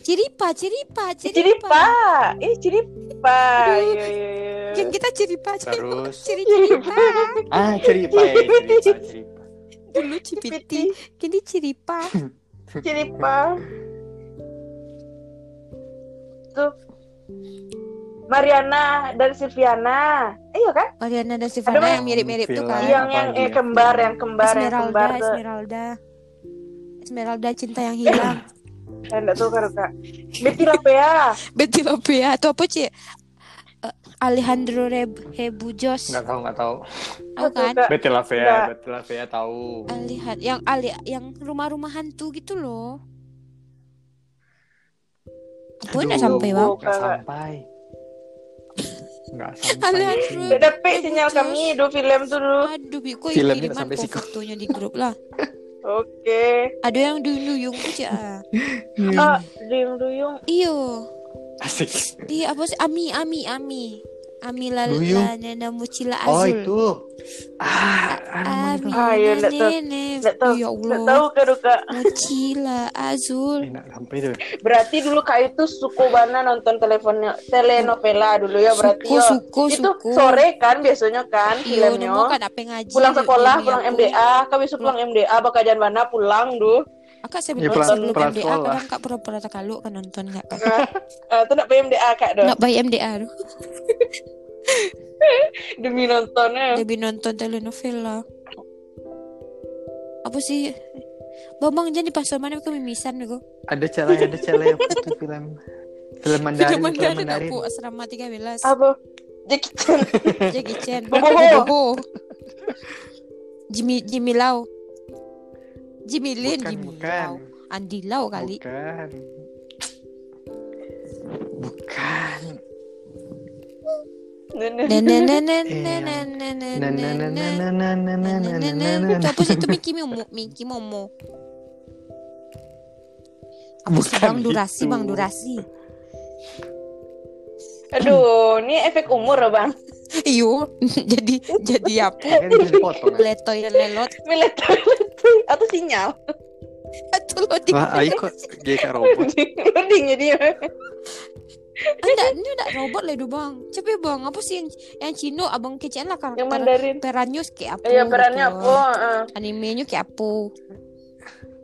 Ciripa, ciripa,
Ciripa,
ciripa.
eh Ciripa,
Aduh.
Iya, iya, iya.
Yang kita ciripa, ciripa,
Terus.
ciripa.
Ah, cerita ya, cerita, cerita.
Dulu cipiti, kini ciripa.
Ciripa, tuh Mariana dan Silviana, Eh, iya kan?
Mariana dan Silvana yang mirip-mirip tuh
Villa.
kan.
yang yang
apalagi
eh
ya?
kembar, yang kembar, yang
Esmeralda,
kembar tuh,
Esmeralda. Esmeralda cinta yang hilang.
Eh, enggak ya? tuh kan kak. Betty Lapea,
Betty Lopea atau apa sih? Eh, Alejandro Reb Hebujos.
Nggak tahu, nggak tahu.
Tahu kan?
Kak.
Betty Lafea,
Nggak.
Betty Lafea tahu.
Alihan yang Ali yang rumah-rumah hantu gitu loh. Apa enggak
Aduh,
sampai bang?
Nggak sampai. Nggak sampai.
Alejandro.
sih.
Nggak dapet sinyal kami dua film dulu.
Aduh, Bi, kok
Filmnya
kiriman
sampai
kok
siku.
fotonya di grup lah.
Oke.
Ada yang duyung-duyung aja.
Hmm.
Oh, duyung duyung.
Iyo,
Asik.
di apa sih? Ami, Ami, Ami. Ami la
Duyung.
la nena mucila
Oh,
azul.
itu. Ah, aduh,
Ami
Ah, iya,
la
nggak tahu.
nene.
Nggak tahu.
Ya
Nggak
Allah.
tahu kan kak.
Mucila azul.
enak sampai tuh.
Berarti dulu kak itu suku bana nonton teleponnya telenovela dulu ya berarti
Suku,
yo.
suku,
itu
suku.
sore kan biasanya kan
Iyo, nemu
filmnya.
kan apa ngaji.
Pulang
yuk,
sekolah,
bini
pulang
aku.
MDA, kami bisa pulang MDA, bakal jangan mana pulang duh.
Akak
Ya,
sebelum
pelan-
sebelum
pelan
MDA
sekolah.
kadang kak kan pura-pura terkaluk kan nonton nggak kan?
Nah, eh, itu nak pay MDA kak doh.
Nak bayi MDA tuh.
Demi nontonnya.
Lebih nonton telenovela. Apa sih? Bambang jadi pasar mana kok mimisan kok?
Ada celeng, ada celeng itu film film Mandarin,
Tidak
film
mandarin
Mandarin.
aku asrama 13.
Apa? Jackie Chan.
Jackie Chan.
Bobo.
Bobo. Jimmy Jimmy Lau. Jimmy Lin,
Bukan,
Jimmy
bukan.
Lau. Andi Lau kali.
Bukan. Bukan.
Nenek.
Iya. Na na na na
Nenenenenenenenenen.
na na na na na na na na.
Itu apa sih itu Mickey Momo, Mickey Momo. Apa sih
Bukan gitu.
Bang Durasi,
itu.
Bang Durasi.
Aduh, ini efek umur loh bang.
Iyo, jadi jadi apa?
Kan bisa dipotong. kan?
Letoy lelot
Militer atau sinyal.
atau lo di
Lah, ayo kok gaya kayak robot.
Loading jadi.
Enggak, ini enggak robot lah itu bang. Coba bang, apa sih yang yang Cino abang kecian lah karakter
Yang Mandarin.
perannya kayak apa?
Iya perannya
gitu
apa?
loh.
eh.
Animenya kayak apa?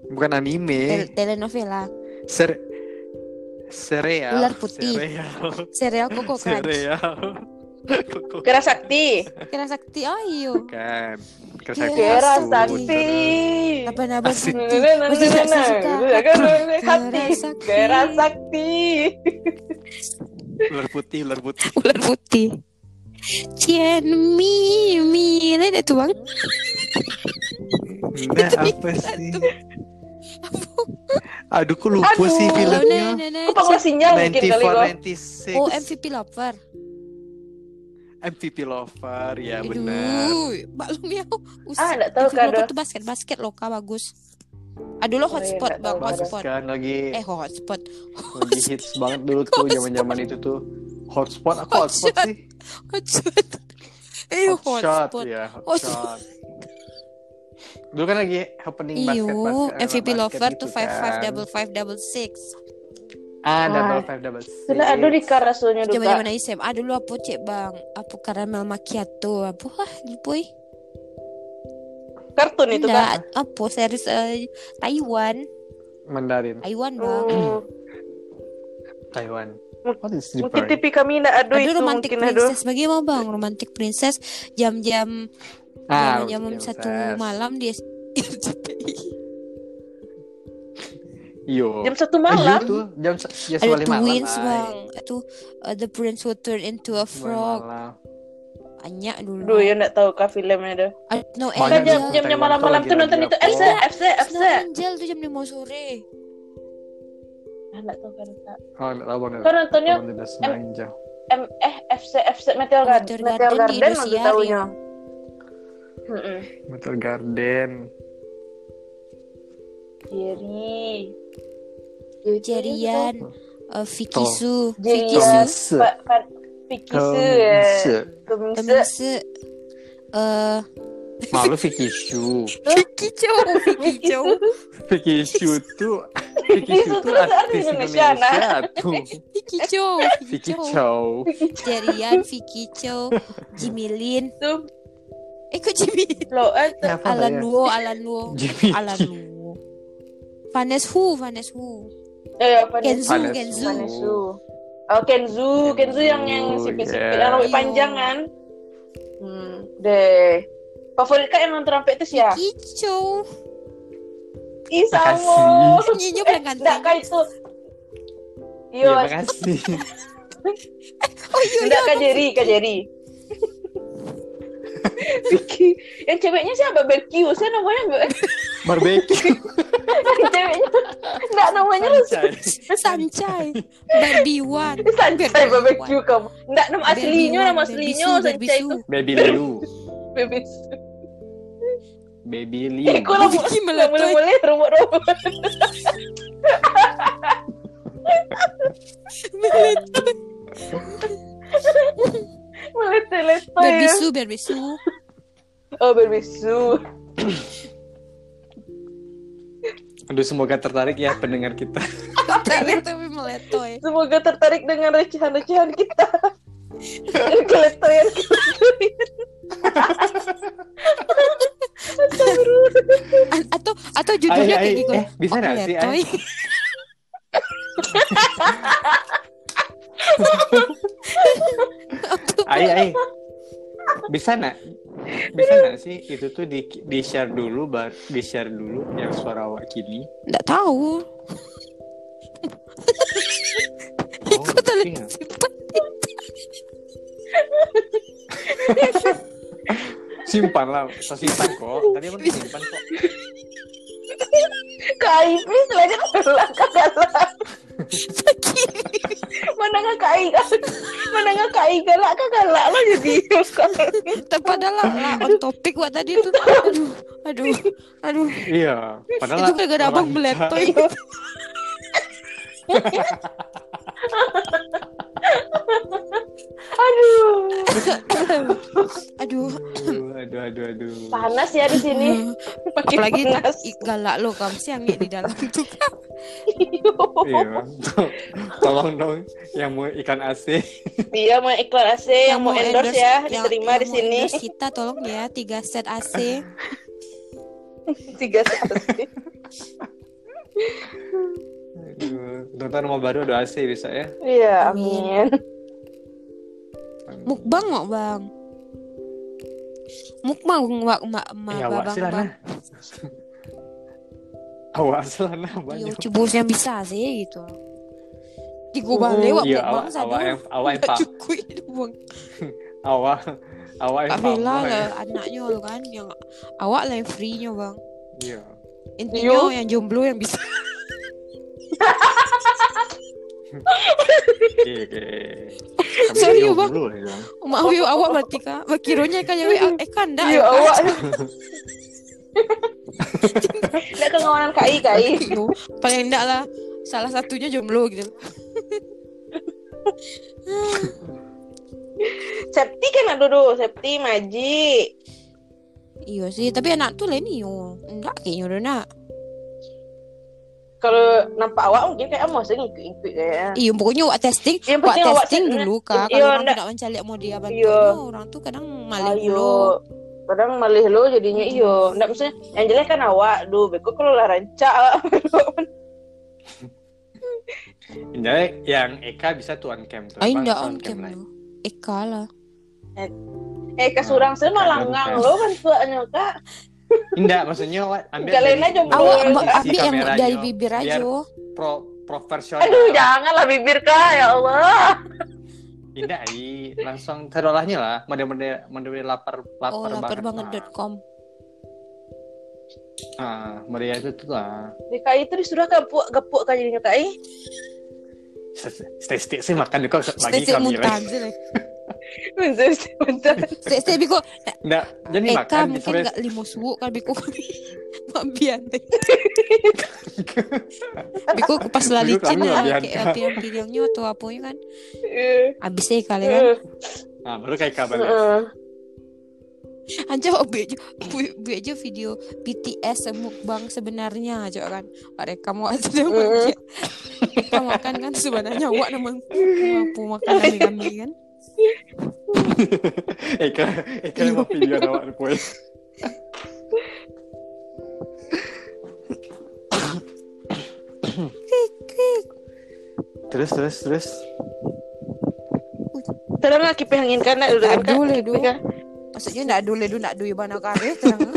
Bukan
Tel-
anime.
telenovela,
Ser Sereal.
Ular putih.
Sereal.
serial kan? Koko Crunch,
Sereal. Kok-
Kira sakti.
Kira Sakti, oh iyo.
Bukan.
Kera
Kira
Sakti.
sakti.
Apa-apa
Asik.
Sakti. Masih tak sih suka.
ya. Sakti.
Sakti.
Kira sakti.
Ular putih, ular putih.
Ular putih. Cien mi mi, ada tuh bang.
Nah, apa sih? Aduh, kok lupa
Aduh.
sih
Oh, nah,
filmnya.
nah, nah,
Kok pengen sinyal mungkin kali kok.
94, 96.
Oh MVP lover.
MVP Lover, ya benar.
Aduh, ya. Mbak Lumia usah.
Ah, nggak tahu, Kak,
itu basket basket loh Kak bagus. Aduh lo
Oh, iya,
hotspot
nggak
bang
tahu, Kak.
hotspot.
Kan lagi
Eh hotspot.
lagi hits banget dulu tuh
Hotspot.
zaman-zaman itu tuh. Hotspot, aku hotspot
Hotshot.
sih.
Hotspot.
Iya,
Eh
Hotshot,
hotspot.
ya.
Hotspot.
Hotshot. Dulu kan lagi happening
Iyo,
basket basket.
MVP
basket
lover
gitu
tuh five five
kan.
double five double six.
Ah, double
Wah.
five double six.
Sudah aduh di karasunya
Coba
duka.
zaman SMA dulu apa cek bang? Apa karamel macchiato? Apa wah boy?
Kartun itu kan.
Enggak, apa series eh, Taiwan?
Mandarin.
Hmm, Taiwan bang.
Oh.
Taiwan.
Mung-
What is
Mungkin
Japan?
TV Kamina aduh,
Aduh
itu
romantic
mungkin aduh.
princess bagaimana bang romantic princess jam-jam
Ah,
jam jam satu
princess.
malam dia RCTI
Yo.
Jam satu malam.
Itu Ah, iya jam se- ya
ada
sewali malam.
twins
ay.
bang itu uh, the prince will turn into a
Sewali
frog
malam.
banyak
Aduh,
dulu
ya nggak tahu kah filmnya aduh.
I don't know
Banyak
Angel
Kan jam
jam-
jamnya
Taiwan.
malam-malam
Kalau
tuh nonton
gila-gila
itu FC,
pun.
FC, FC.
Angel tuh jam 5 sore
Nggak tahu kan. Kak.
Oh, nggak tahu bener.
Kan nontonnya
Kalau tidak sengaja.
M eh FC FC Meteor
Meteor
Garden. Meteor
Garden di
Garden aku
Indosiar,
tahunya.
ya.
Heeh.
Metal Garden.
Jerry.
Jarian uh, Vicky
Tuh.
Su Vicky
Jarian.
Su
Tomise.
Pak Pak Pikise ya.
Tomise.
Kemise.
Emise eh
Malu Vicky Shu.
Vicky Chow Vicky Chow
Vicky Shu tuh Vicky Shu tuh
Sutradara
artis
Indonesia,
Indonesia,
nah.
tuh.
Vicky Chow
Vicky Chow.
Jarian Vicky Chow Jimmy Lin
Tuh,
eh kok Jimmy Lin?
lo eh,
Siapa
Alan
dia?
Luo Alan Luo
Jimmy.
Alan Luo Vanes Hu Vanes Hu
eh, apa nih?
Kenzu
Vanes
Kenzu
Hu.
Vanesu. Oh, Kenzu, Kenzu yang yang si si-
Yeah.
yang rambut
Iya.
panjang kan? Hmm, deh. Favorit kak yang nonton sampai itu ya?
Kicau
Ih, sama.
Makasih.
Nyinyum
Eh,
yang
Nggak
ganteng
kak itu. Iya,
Iya, makasih.
Oh iya
nggak kak Jerry, kak Jerry. Vicky, yang ceweknya siapa? Becky, saya namanya
Barbecue.
yang ceweknya. Nggak namanya lu
Sancai Barbie Wan
Sancai Barbecue kamu. Nggak nama aslinya, nama aslinya Sancai itu
Baby Liu.
Baby
Baby Liu.
Eh, kok lah
Iya, Vicky
mulai
meletup.
mulai robot-robot. Oh, Mulai teleto
Barbie
ya.
Su Barbie Su
Oh, berbisu.
Aduh, semoga tertarik ya pendengar kita.
Tangan tapi meletoy
Semoga tertarik dengan recehan-recehan kita. Dan keletoyan keletoyan.
An- Atau atau judulnya
Ay,
kayak
ay,
gitu
eh, bisa nggak sih,
Meletoy
Ay, ay. Bisa nak? Bisa nggak sih itu tuh di, di share dulu, bar, di share dulu yang suara awak kini.
Nggak tahu
Oh,
Ikut
mungkin
oleh
ya. Simpan lah, saya simpan kok. Tadi aku simpan kok.
Kak Ipi selanjutnya kalah kalah. Mana nggak Kak Iga? Mana nggak Kak Iga lah Kak kalah lah jadi.
Tapi padahal lah, lah on topic wah tadi tuh Aduh Aduh Aduh
Iya, padahal
Itu gara-gara
orang
abang
kita-
meletoy
Aduh,
Aduh eh,
Aduh, aduh, aduh, aduh.
panas ya di sini. Makin
Hmm. Apalagi
panas.
i- galak lo kamu siang ya di dalam tuh
Iya, tolong dong yang mau ikan asin.
Iya mau iklan AC yang, mau endorse, ya diterima
yang
di
mau
sini.
endorse kita tolong ya tiga set AC
Tiga AC.
Aduh, Nonton rumah baru ada AC bisa ya.
Iya,
Amin.
amin.
mukbang mak bang mukbang mak mak mak bang
Ya, awak
bang
silana. Awak silana
yo
nah, banyak.
cebus yang bisa sih gitu tiga balik wak
Oh, Iya,
mukbang
awak awak
sadar
yang awak yang
nggak
pak
cukup itu bang
awak awak yang
Kak Bella lah anaknya lo kan yang awak lah yang free nya bang
Iya.
intinya yang jomblo yang bisa
Oke, oke. Kami
Sorry,
jomblo
Bang.
ya, Bang.
maaf yo awak berarti kak bakironya kan yang eh kan dah
Iya, awak. Nggak kengawanan KI, KI.
Yo, paling enggak lah salah satunya jomblo gitu
Septi kan ada dulu, Septi, Maji.
iya sih tapi anak tuh lain yo enggak kayaknya udah nak
Kalau nampak awak mungkin kayak amos ngikut-ngikut kayaknya.
Iya pokoknya awak testing
Yang
Awak
penting awak
testing
sen-
dulu kak
Iya,
Kalau orang
ndak-
tidak mencalik mau dia bantu
Iya.
Orang tuh kadang maling dulu
Ayo. Kadang malih lo jadinya iyo. Nggak maksudnya yang jelek kan awak. Duh, beko kalau lah rancak.
Indah yang Eka bisa tuh on cam tuh.
Ayo
Apa,
ndak
on
on cam
lain.
lo. Eka lah.
Eh kasurang sih malah
Kadang,
ngang
Kak.
lo kan tuanya kak.
Indah maksudnya wa- ambil
Nggak lain aja, Bro.
Awak mbak
posisi
api yang
kameranya,
dari bibir aja. Oh,
biar pro profesional.
Aduh ya. janganlah bibir kak ya Allah.
Indah i langsung terolahnya lah. Model-model model lapar lapar
Oh lapar banget
banget.
dot com.
Ah, model itu tuh ah. lah.
Di KI itu disuruh gepuk gepuk kak jadinya kak. Ih,
Statistik sih makan kok lagi
Sesi
kami
muntah.
lagi.
bentar bentar.
Sesi biko
Enggak, jadi makan
Eka
disuruh-
Eh, mungkin nggak limo suwu kan biko. Mambian deh. Biko pas lalicin
kami
lah
mambian,
kayak
Kak.
api-apinya atau apanya kan.
Eh,
Abis sih kali kan.
eh,
Nah, baru kayak kabar.
eh.
Anca obe aja oh, bu- bu aja video BTS mukbang sebenarnya aja kan. Are kamu aja deh
Mm.
Kamu makan kan sebenarnya wak namang mampu makan kami kami kan.
Eka, Eka
Iya.
mau video awak kue. Terus terus terus.
Terang lagi pengen kan nak dulu kan kak.
Aduh ledu.
Kak.
Maksudnya ndak dulu ledu ndak duwe bana kare terang.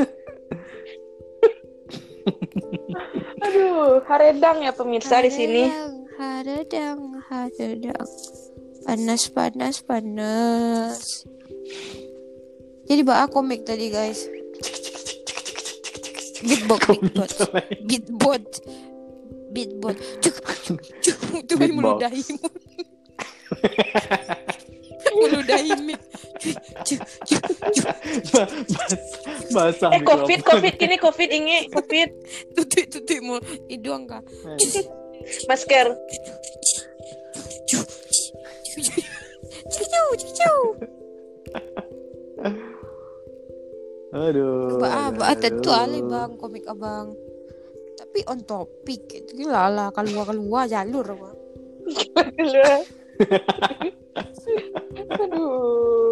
Aduh, haredang ya pemirsa di sini.
Haredang, haredang. Panas panas panas. Jadi bak komik tadi guys. Beatbox, beatbox. Beatbot. Beatbot. Cuk, cuk, cuk. Itu
Beatbox.
meludahi meludahi mic. Cuk, cuk, cuk, cuk.
Bahasa
Eh covid covid ini covid ini covid
Tutup, tutup mul. Hidung kah?
masker.
Cuk, cuk, cuk. Cuk, cuk, cuk.
Aduh.
Ba, ah, ba, tentu alih bang komik abang. Tapi on topic itu gila lah keluar keluar jalur bang.
Keluar. Aduh.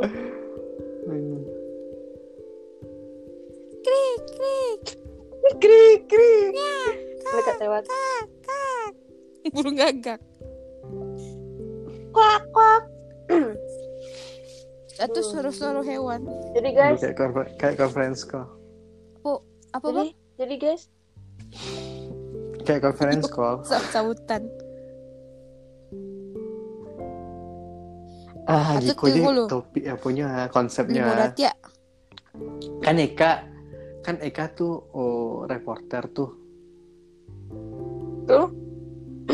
Krik krik Ya.
Krik krik. Lekat lewat.
kak kak. Burung gagak.
Kuak kuak.
Atau suruh-suruh hewan.
Jadi guys,
Kayak konfer- kayak conference call.
Apa
jadi
bang?
jadi guys,
Kayak conference call.
Sa- Sautan.
Ah,
Atau
Giko
tunggu lu.
ini topik apanya konsepnya.
Limo ratia.
kan Eka kan Eka tuh oh, reporter tuh
Tuh.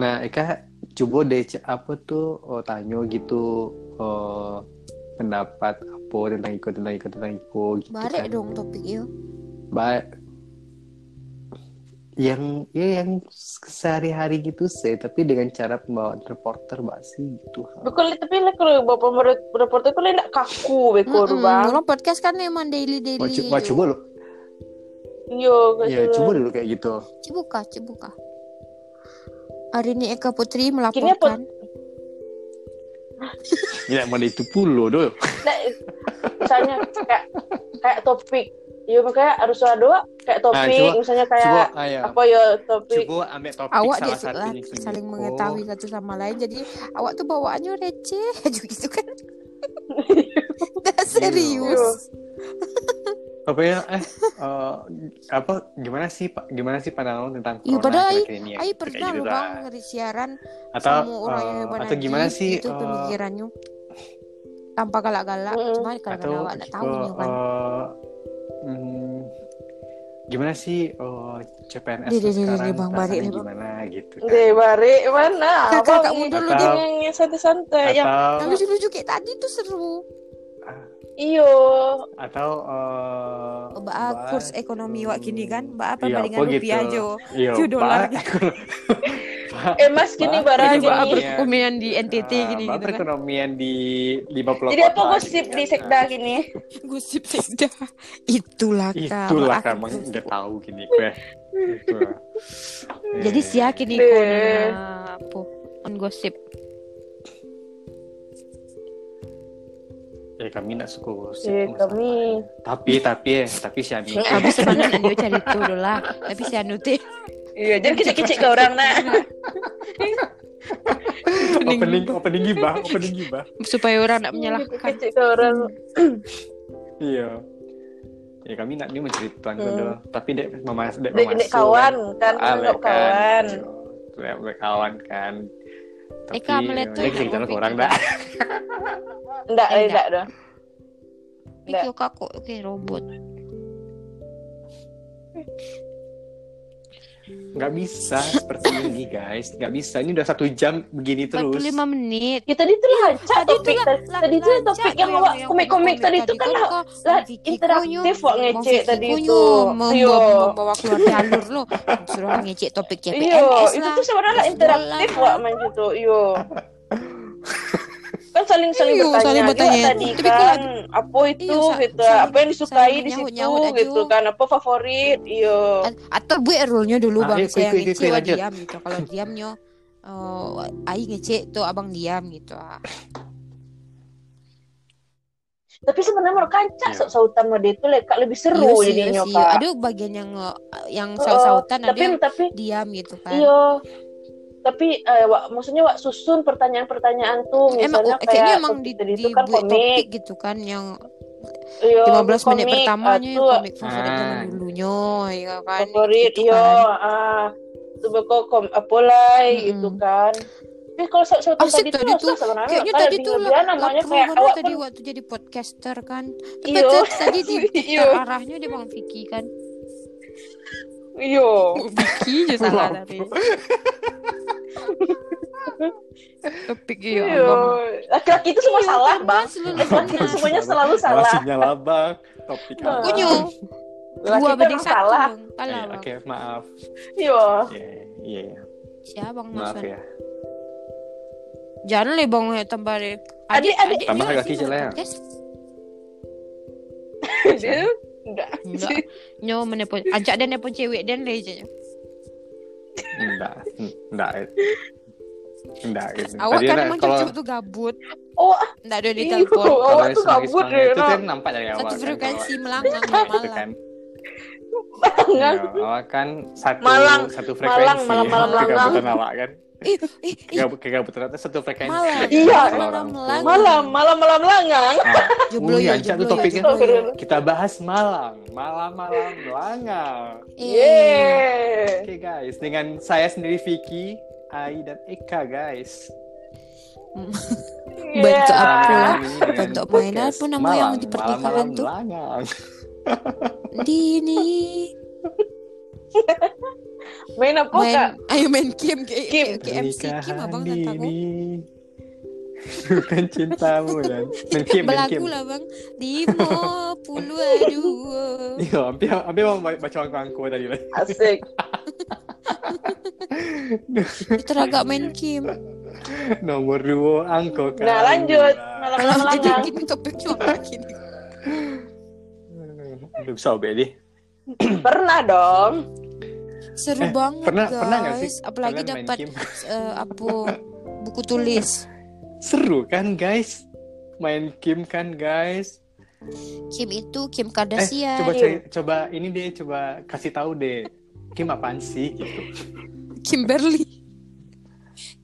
nah Eka coba deh ce- apa tuh oh, tanya gitu oh, pendapat apa tentang ikut tentang ikut tentang ikut gitu
Barek
kan.
dong topik yo.
Ba- yang ya yang sehari-hari gitu sih tapi dengan cara pembawaan reporter basi gitu
bukan li- tapi lek kalau bapak merut reporter kalau nak kaku bekur bang.
Orang podcast kan emang daily
Wah,
daily.
cu- wah, coba lu
Yo,
ya
gitu.
coba dulu kayak gitu
Cibuka, cibuka. Hari ini Eka Putri
Kini apa-
melaporkan.
ya mana itu pulo doh
Nah, misalnya kayak kayak topik. Yo makanya harus ada dua kayak topik
coba-
misalnya
coba
kayak
ayo
apa yo topik.
coba ambil topik
awak
salah
dia
satu
saling, saling mengetahui
Oh.
satu sama lain jadi awak tuh bawaannya receh aja gitu kan Nggak serius
apa ya eh eh, apa gimana sih pak gimana sih pandangan lo tentang
Iya,
corona
padahal
akhir-akhir ini ya?
Ayo
Kayak
pernah
gitu
loh
lah.
bang ngeri siaran
atau
sama orang yang
eh,
hebat
atau gimana
nanti,
sih
itu
eh,
pemikirannya tanpa galak-galak
Mm-mm.
cuma
atau
kadang-kadang awak nak tahu
juga,
nih kan
eh, hmm, gimana sih eh, CPNS
Dih, dih, dih,
sekarang
dih, Bang,
rasanya
balik nih, Bang.
gimana gitu kan.
Deh, bari mana?
Kakak,
Abang
kakak mundur
lu,
yang-
Dik.
yang- yang santai-santai yang
atau
kalau lucu-lucu kayak tadi tuh seru
iyo.
atau eh,
mbak ah, kurs ekonomi wak gini kan mbak apa
Iya,
palingan
apa
rupiah
gitu.
aja
iya,
tujuh dolar gitu.
Pak. Pak,
Eh Mas gini
Mbak,
barang
itu Mbak
gini.
Abri.
perekonomian di NTT
eh,
gini
Mbak,
gitu kan
perekonomian di 50
Jadi apa
kota
gosip
gitu
di
kan.
sekda gini?
gosip sekda itulah kak
Itulah
Maaf.
kamu udah tahu gini gue. Itulah.
Jadi
Eh,
sia kini
Eh.
ikonnya apa? On gosip.
Eh kami nak suka gosip.
Eh,
masalah.
kami.
Tapi tapi eh tapi si Ami.
Abis semalam Andio cari itu dulu lah. Tapi si Anu teh
Iya, jadi kecil-kecil ke orang nak.
opening,
opening opening gibah opening gibah
supaya orang tidak menyalahkan.
Kecil ke orang.
iya ya kami nak ni menceritakan
Hmm.
dulu tapi dek memas dek
Dek ini
memasuk
kawan kan,
Ah,
anggap
mereka
kawan.
Mereka kawan kan. Tapi
Eka melihat tuh.
mereka bisa kita orang dah.
Enggak,
Eh,
enggak dah. Nggak.
Pikir aku oke robot.
Nggak bisa seperti ini guys. Nggak bisa. Ini udah satu jam begini terus.
45 menit.
Ya tadi itu lancar
tuh lah-
topik. Tadi
kan lah-
tadi itu kan
lancar
topik yang
tuh
awak
yang
komik-komik tadi itu kan lah.
kok
lah,
Vicky
interaktif
Kunyu-
kok ngecek
Vicky
tadi
Kunyu
itu. Iya.
membawa, membawa keluar jalur lo. Suruh ngecek topik
Iya,
CPNS
itu
lah.
tuh sebenarnya
Terus
interaktif
bola.
wak main itu. Iya. kan saling saling
Iya,
bertanya,
saling
Iya,
bertanya.
tadi
Tapi
kan
kayak-
apa itu
Iya, sa-
gitu
saling-
apa yang disukai
saling
di situ
nyahut-nyahut aja.
gitu kan apa favorit iya
A- atau buat rule-nya dulu
Ah,
bang
yuk,
saya
yuk, yuk,
ngecek
yuk,
wah
lanjut.
diam gitu kalau diamnya oh, ai ngecek tuh abang diam gitu ah.
tapi sebenarnya menurut kancak
Iya.
sok sautan mode itu lek lebih seru
Iya sih,
jadinya
iya sih.
kak
ada bagian yang eh, yang
Heeh,
saut-sautan ada
tapi
yang
tapi
diam gitu kan
iya tapi eh, wak, maksudnya wak susun pertanyaan-pertanyaan tuh
emang eh,
misalnya
kayaknya
kayak
emang di,
topik tadi
di,
itu kan
buat
komik
topik gitu kan yang
iya
15 menit
komik,
pertamanya ya,
ah, tuh,
komik favorit
Ah.
yang dulunya ya kan
favorit
gitu
yo
kan.
ah coba kok kom apolai
Mm-mm.
gitu kan tapi kalau soal soal
Asik
tadi
Ah,
tuh
tadi tuh,
sebenarnya
kayaknya
kan
tadi
lebih
tuh
lebihan
lah
namanya
lapar
kayak
baru
awak kan. Iya.
tadi
pun
waktu jadi podcaster kan tapi
iyo
tadi di
Iyo.
arahnya dia bang Vicky kan
iyo
Vicky juga salah tapi topik ya
iyo
abang
laki-laki Iya. itu semua salah
Iya,
bang
sebenarnya
laki-laki itu
sebenarnya.
semuanya selalu salah
Masihnya labang. Topik
Nah.
apa?
Kunyu
laki
dua
itu
banding
emang
satu
salah
Bang. kalah
Eh,
bang
Oke maaf.
iyo
Iya iya iya.
siapa bang
maaf
Maswan
ya.
jangan lebih bang ya, tambah deh
Adik, adik.
Tambah
juga
lagi
sih,
jelek.
Iya, podcast.
Dia enggak
Enggak. Nyo menepon ajak dia nepon cewek dan leje.
Enggak enggak enggak. gitu.
Awak
Tadi
kan
ada-
emang
kalau-
cucu tuh gabut.
Oh,
Enggak ada yang
iyo,
ditelepon.
kalau
awak tuh
Ismail
gabut
Ismail
deh
Itu
Nak.
kan nampak dari awal.
Satu
kan,
frekuensi
kalau-
melanggang
Iya, itu
malam.
kan.
Bangan.
Iya, awak kan satu
Malang,
satu frekuensi.
malang, malam-malam
Kegabutan
langgang.
awak kan.
Ih, ih, ih.
Kegab- Kegabutan itu satu frekuensi.
Malang.
Iya.
Orang tua.
Malang.
malam malam malam langang
Ah.
Jomblo
Oh,
ya,
iya, Cak,
jomblo
tuh
ya,
topiknya.
jomblo ya.
Kita bahas Malang, malam-malam Langang.
Eh,
Yeay.
Oke guys, dengan saya sendiri Vicky, Ai dan Eka guys.
Iya.
Bentuk
Yeah.
apa?
Malam ini dengan
bentuk
podcast
mainan pun nama
Malang,
yang dipertimbangkan
malam-malam
tuh.
Langang.
Dini
main apa kak
main ayo main game kayak
Kim.
kayak- kayak MC Kim abang oh.
Pernikahan
tantaku.
kan, dini. Bukan cintamu dan dan Kim, dan Kim.
Belagu lah bang. Lima puluh aduh.
Iya, hampir hampir mau baca angko tadi lah.
asik
Kita agak main game.
Nomor dua angko kan.
nah lanjut malam malam
Kalau jadi
langang
gini topik cuma gini.
Udah bisa obek deh.
pernah dong
Seru
Eh,
banget
pernah-
guys.
pernah nggak sih
Apalagi
kalian main
dapat
game?
eh, apa buku tulis.
Seru kan guys? Main game kan guys?
Kim itu Kim
Eh,
Kardashian.
coba cari- coba ini deh coba kasih tahu deh. Kim apaan sih gitu.
Kimberly.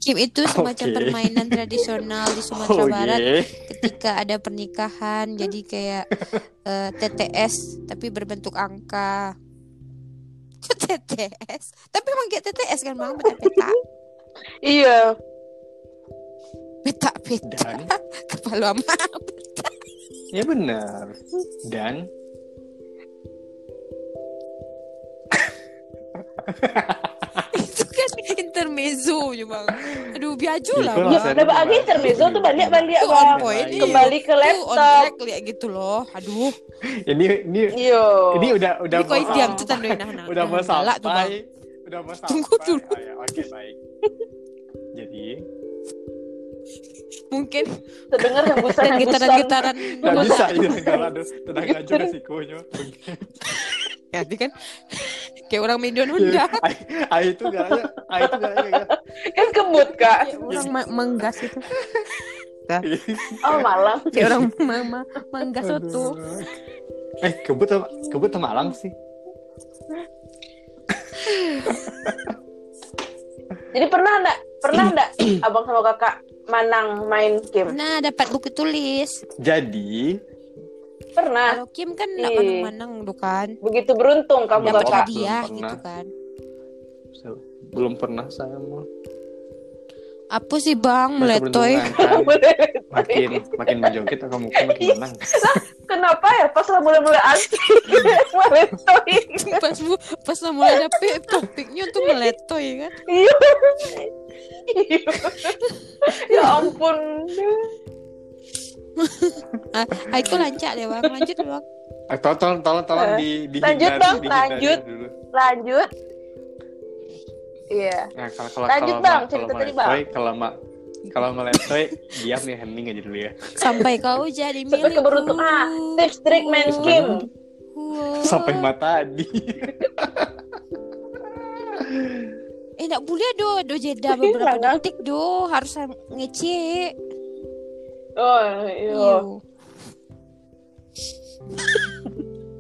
Kim itu semacam
Oke. iya.
permainan tradisional di
Oh,
Sumatera Barat ketika ada pernikahan jadi kayak eh, TTS tapi berbentuk angka. Kok TTS? Tapi emang kayak TTS kan bang peta peta
iya
peta peta
Dan
kepala ama.
ya benar. Dan
itu kan intermezzo ya bang. Aduh biaju lah.
Itu
Bang.
Ya,
Alasannya
dapat
kembali.
lagi intermezzo tuh balik-balik
Itu
bang.
on point, iya.
Kembali ke
Itu on
laptop.
track liat gitu loh. Aduh.
ini ini
Yo.
ini udah udah
Ini kau
mau-
diam tuh tanda nah, nah,
udah mau
nah, galak tuh, Bang.
sampai udah mau sampai
Tunggu dulu.
Oh, ya, oke baik jadi
Mungkin
terdengar hembusan
dan
hembusan.
gitaran-gitaran
nggak
bola.
bisa ini negara ada
Gitu.
tenaga aja resikonya
Ya, nanti kan kayak orang main
Iya,
Honda.
ai ai itu galaknya ai itu galaknya kayak
Kan kebut kak.
orang ma- menggas itu.
gitu.
iya.
Oh malam.
Kayak orang mama menggas itu.
Aduh. eh kebut sama kebut sama malang sih
Jadi pernah enggak? Pernah enggak abang sama kakak Manang main game.
Nah, dapat buku tulis.
Jadi,
Pernah.
Kalau Kim kan
Ih.
nggak menang tuh kan.
Begitu beruntung kamu
Dapat
Dapat
kakak.
belum
hadiah
pernah.
gitu kan.
se- belum pernah saya mau
Apa sih bang meletoy?
kan. makin makin menjoget atau mungkin makin
Iya.
menang.
Kenapa ya pas lah mulai-mulai asli meletoy.
pas bu, pas lah mulai dapet topiknya tuh meletoy kan.
Iya. Iya. ya ampun.
Ah, ah, itu lancak deh bang, lanjut bang.
Eh, tolong tolong tolong, tolong
Eh,
di dihindari,
lanjut dong,
dihindari
lanjut.
dulu.
Lanjut. Iya.
Nah, kalau kalau
Lanjut,
kalau
Bang,
ma- kalau
cerita tadi,
meletoy, kalau ma- kalau meletoy diam nih hening aja dulu ya.
Sampai kau jadi
Sampai
milikku.
keberuntungan. Ah, Tips trik main game. Oh.
Wow.
Sampai mata tadi.
Eh nggak boleh do, do jeda beberapa detik do, harus sam- ngecek.
Oh, iya.
Iyo.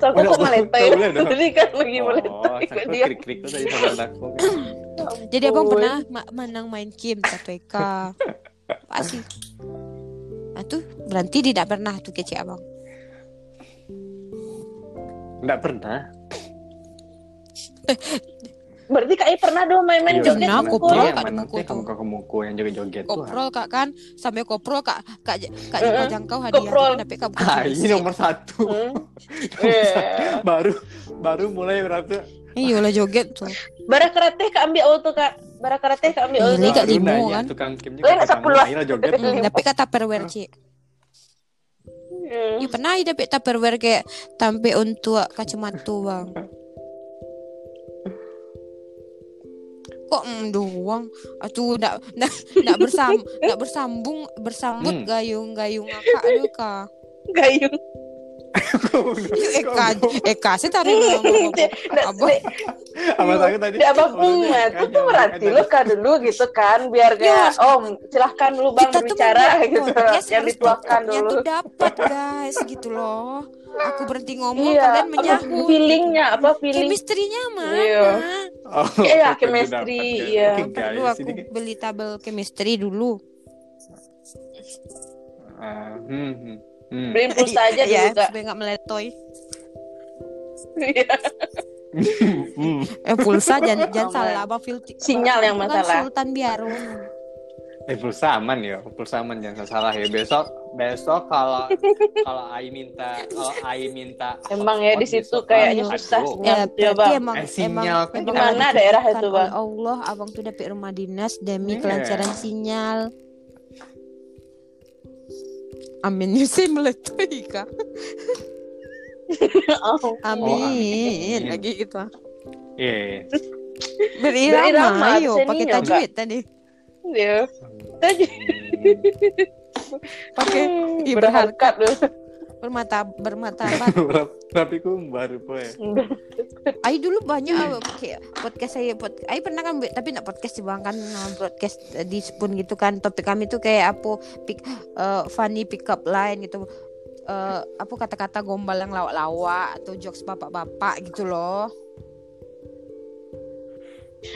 So, aku
Udah,
kok
udah,
meletoy.
udah, udah.
Tadi kan lagi
Oh,
meletoy. kok
aku
dia.
krik-krik tuh tadi sama anakku.
Jadi abang
Ampun.
pernah ma- menang main game satu Eka. Pasti. Nah, tuh berarti tidak pernah tuh kece abang.
Enggak pernah.
Berarti Kak I pernah dong main-main
Iya,
joget
Pernah,
bener.
aku
mukul.
pernah.
Iya,
kan,
mana
aku
sih
tuh.
kamu kamu kamu yang joget-joget tuh.
Koprol kak kan sampai koprol kak kak j- kak
Eh,
jangkau
eh,
jangkau
koprol.
hadiah tapi kak bukan
Ah, ini
solusi.
nomor satu.
Hmm.
Nomor
Iya.
satu. baru baru mulai berarti
Iya lah joget tuh.
Bara karate Kak ambil auto Kak. Bara karate Kak ambil
Ini
auto.
Iya.
Kak Timo,
nanya,
kan?
tukang kim
Eh,
juga
nggak
tukang
sepuluh.
Ayolah, joget
Hmm, tapi kata perwer cik.
Hmm.
Iya pernah ada tapi tupperware kayak tampe untuk kacamata bang. Kok mm, doang? Aduh, ndak ndak ndak bersam ndak bersambung bersambut
Hmm.
gayung-gayung akak aduh kak. Eh,
Gayung.
Ih, Eka Eka sih taruh
Iya,
dong.
Nggak,
Abang
Dek. Iya.
Apa tadi tadi? kan
Di abang Ung, aku iya, tuh merhati lu kan dulu gitu kan, biar gak, om silahkan lu
Iya.
bang
kita tuh
berbicara
membuat
gitu,
podcast
yang
harus
dituakan
pokoknya
dulu.
tuh dapat guys gitu loh. Aku berhenti ngomong
Iya,
kalian
apa
menyahut.
feelingnya, apa feeling?
Chemistry-nya mana?
Iya. Iya,
Oh, oke, gue
chemistry,
dapat, guys.
iya.
Oke,
Perlu
guys,
aku
ini.
beli tabel chemistry dulu.
Ah, hmm, hmm, hmm.
Beri pulsa aja dulu
ya,
kak.
supaya nggak meletoy.
Iya.
Hmm.
Eh pulsa jangan jangan
Aman.
salah Abang filter.
Sinyal yang
Bukan
masalah.
Sultan Biarun.
Eh pulsa aman ya, pulsa aman jangan salah ya. Besok besok kalau kalau Ai minta kalau Ai minta
Emang ya di
hotspot
situ
besok,
kayaknya
aduh.
susah.
Ya,
Iya,
berarti
Bang.
emang
Eh, sinyal kan
emang,
di
emang
mana daerah itu,
ditentukan
Bang?
oleh Allah abang tuh dapet rumah dinas demi
Iya.
kelancaran sinyal. Amin you say meletoy kak.
Oh.
Amin.
Oh, amin.
Lagi gitu. ah.
Iya. iya.
Berirama,
Berirama, ayo
absen
Oh, pakai
iya, Kak.
tajwid tadi.
Iya. Tadi
Pakai
Hmm,
Ih,
berharkat lu.
bermata bermatabat.
Hmm. Tapi kumbar boy.
Ayo dulu banyak awak pakai podcast saya pod, Ayo pernah kan buat- tapi nak podcast sih bang kan nah, broadcast eh, di Spoon gitu kan topik kami tuh kayak apa pick eh, funny pick up line gitu Eh, apa kata-kata gombal yang lawak-lawak atau jokes bapak-bapak gitu loh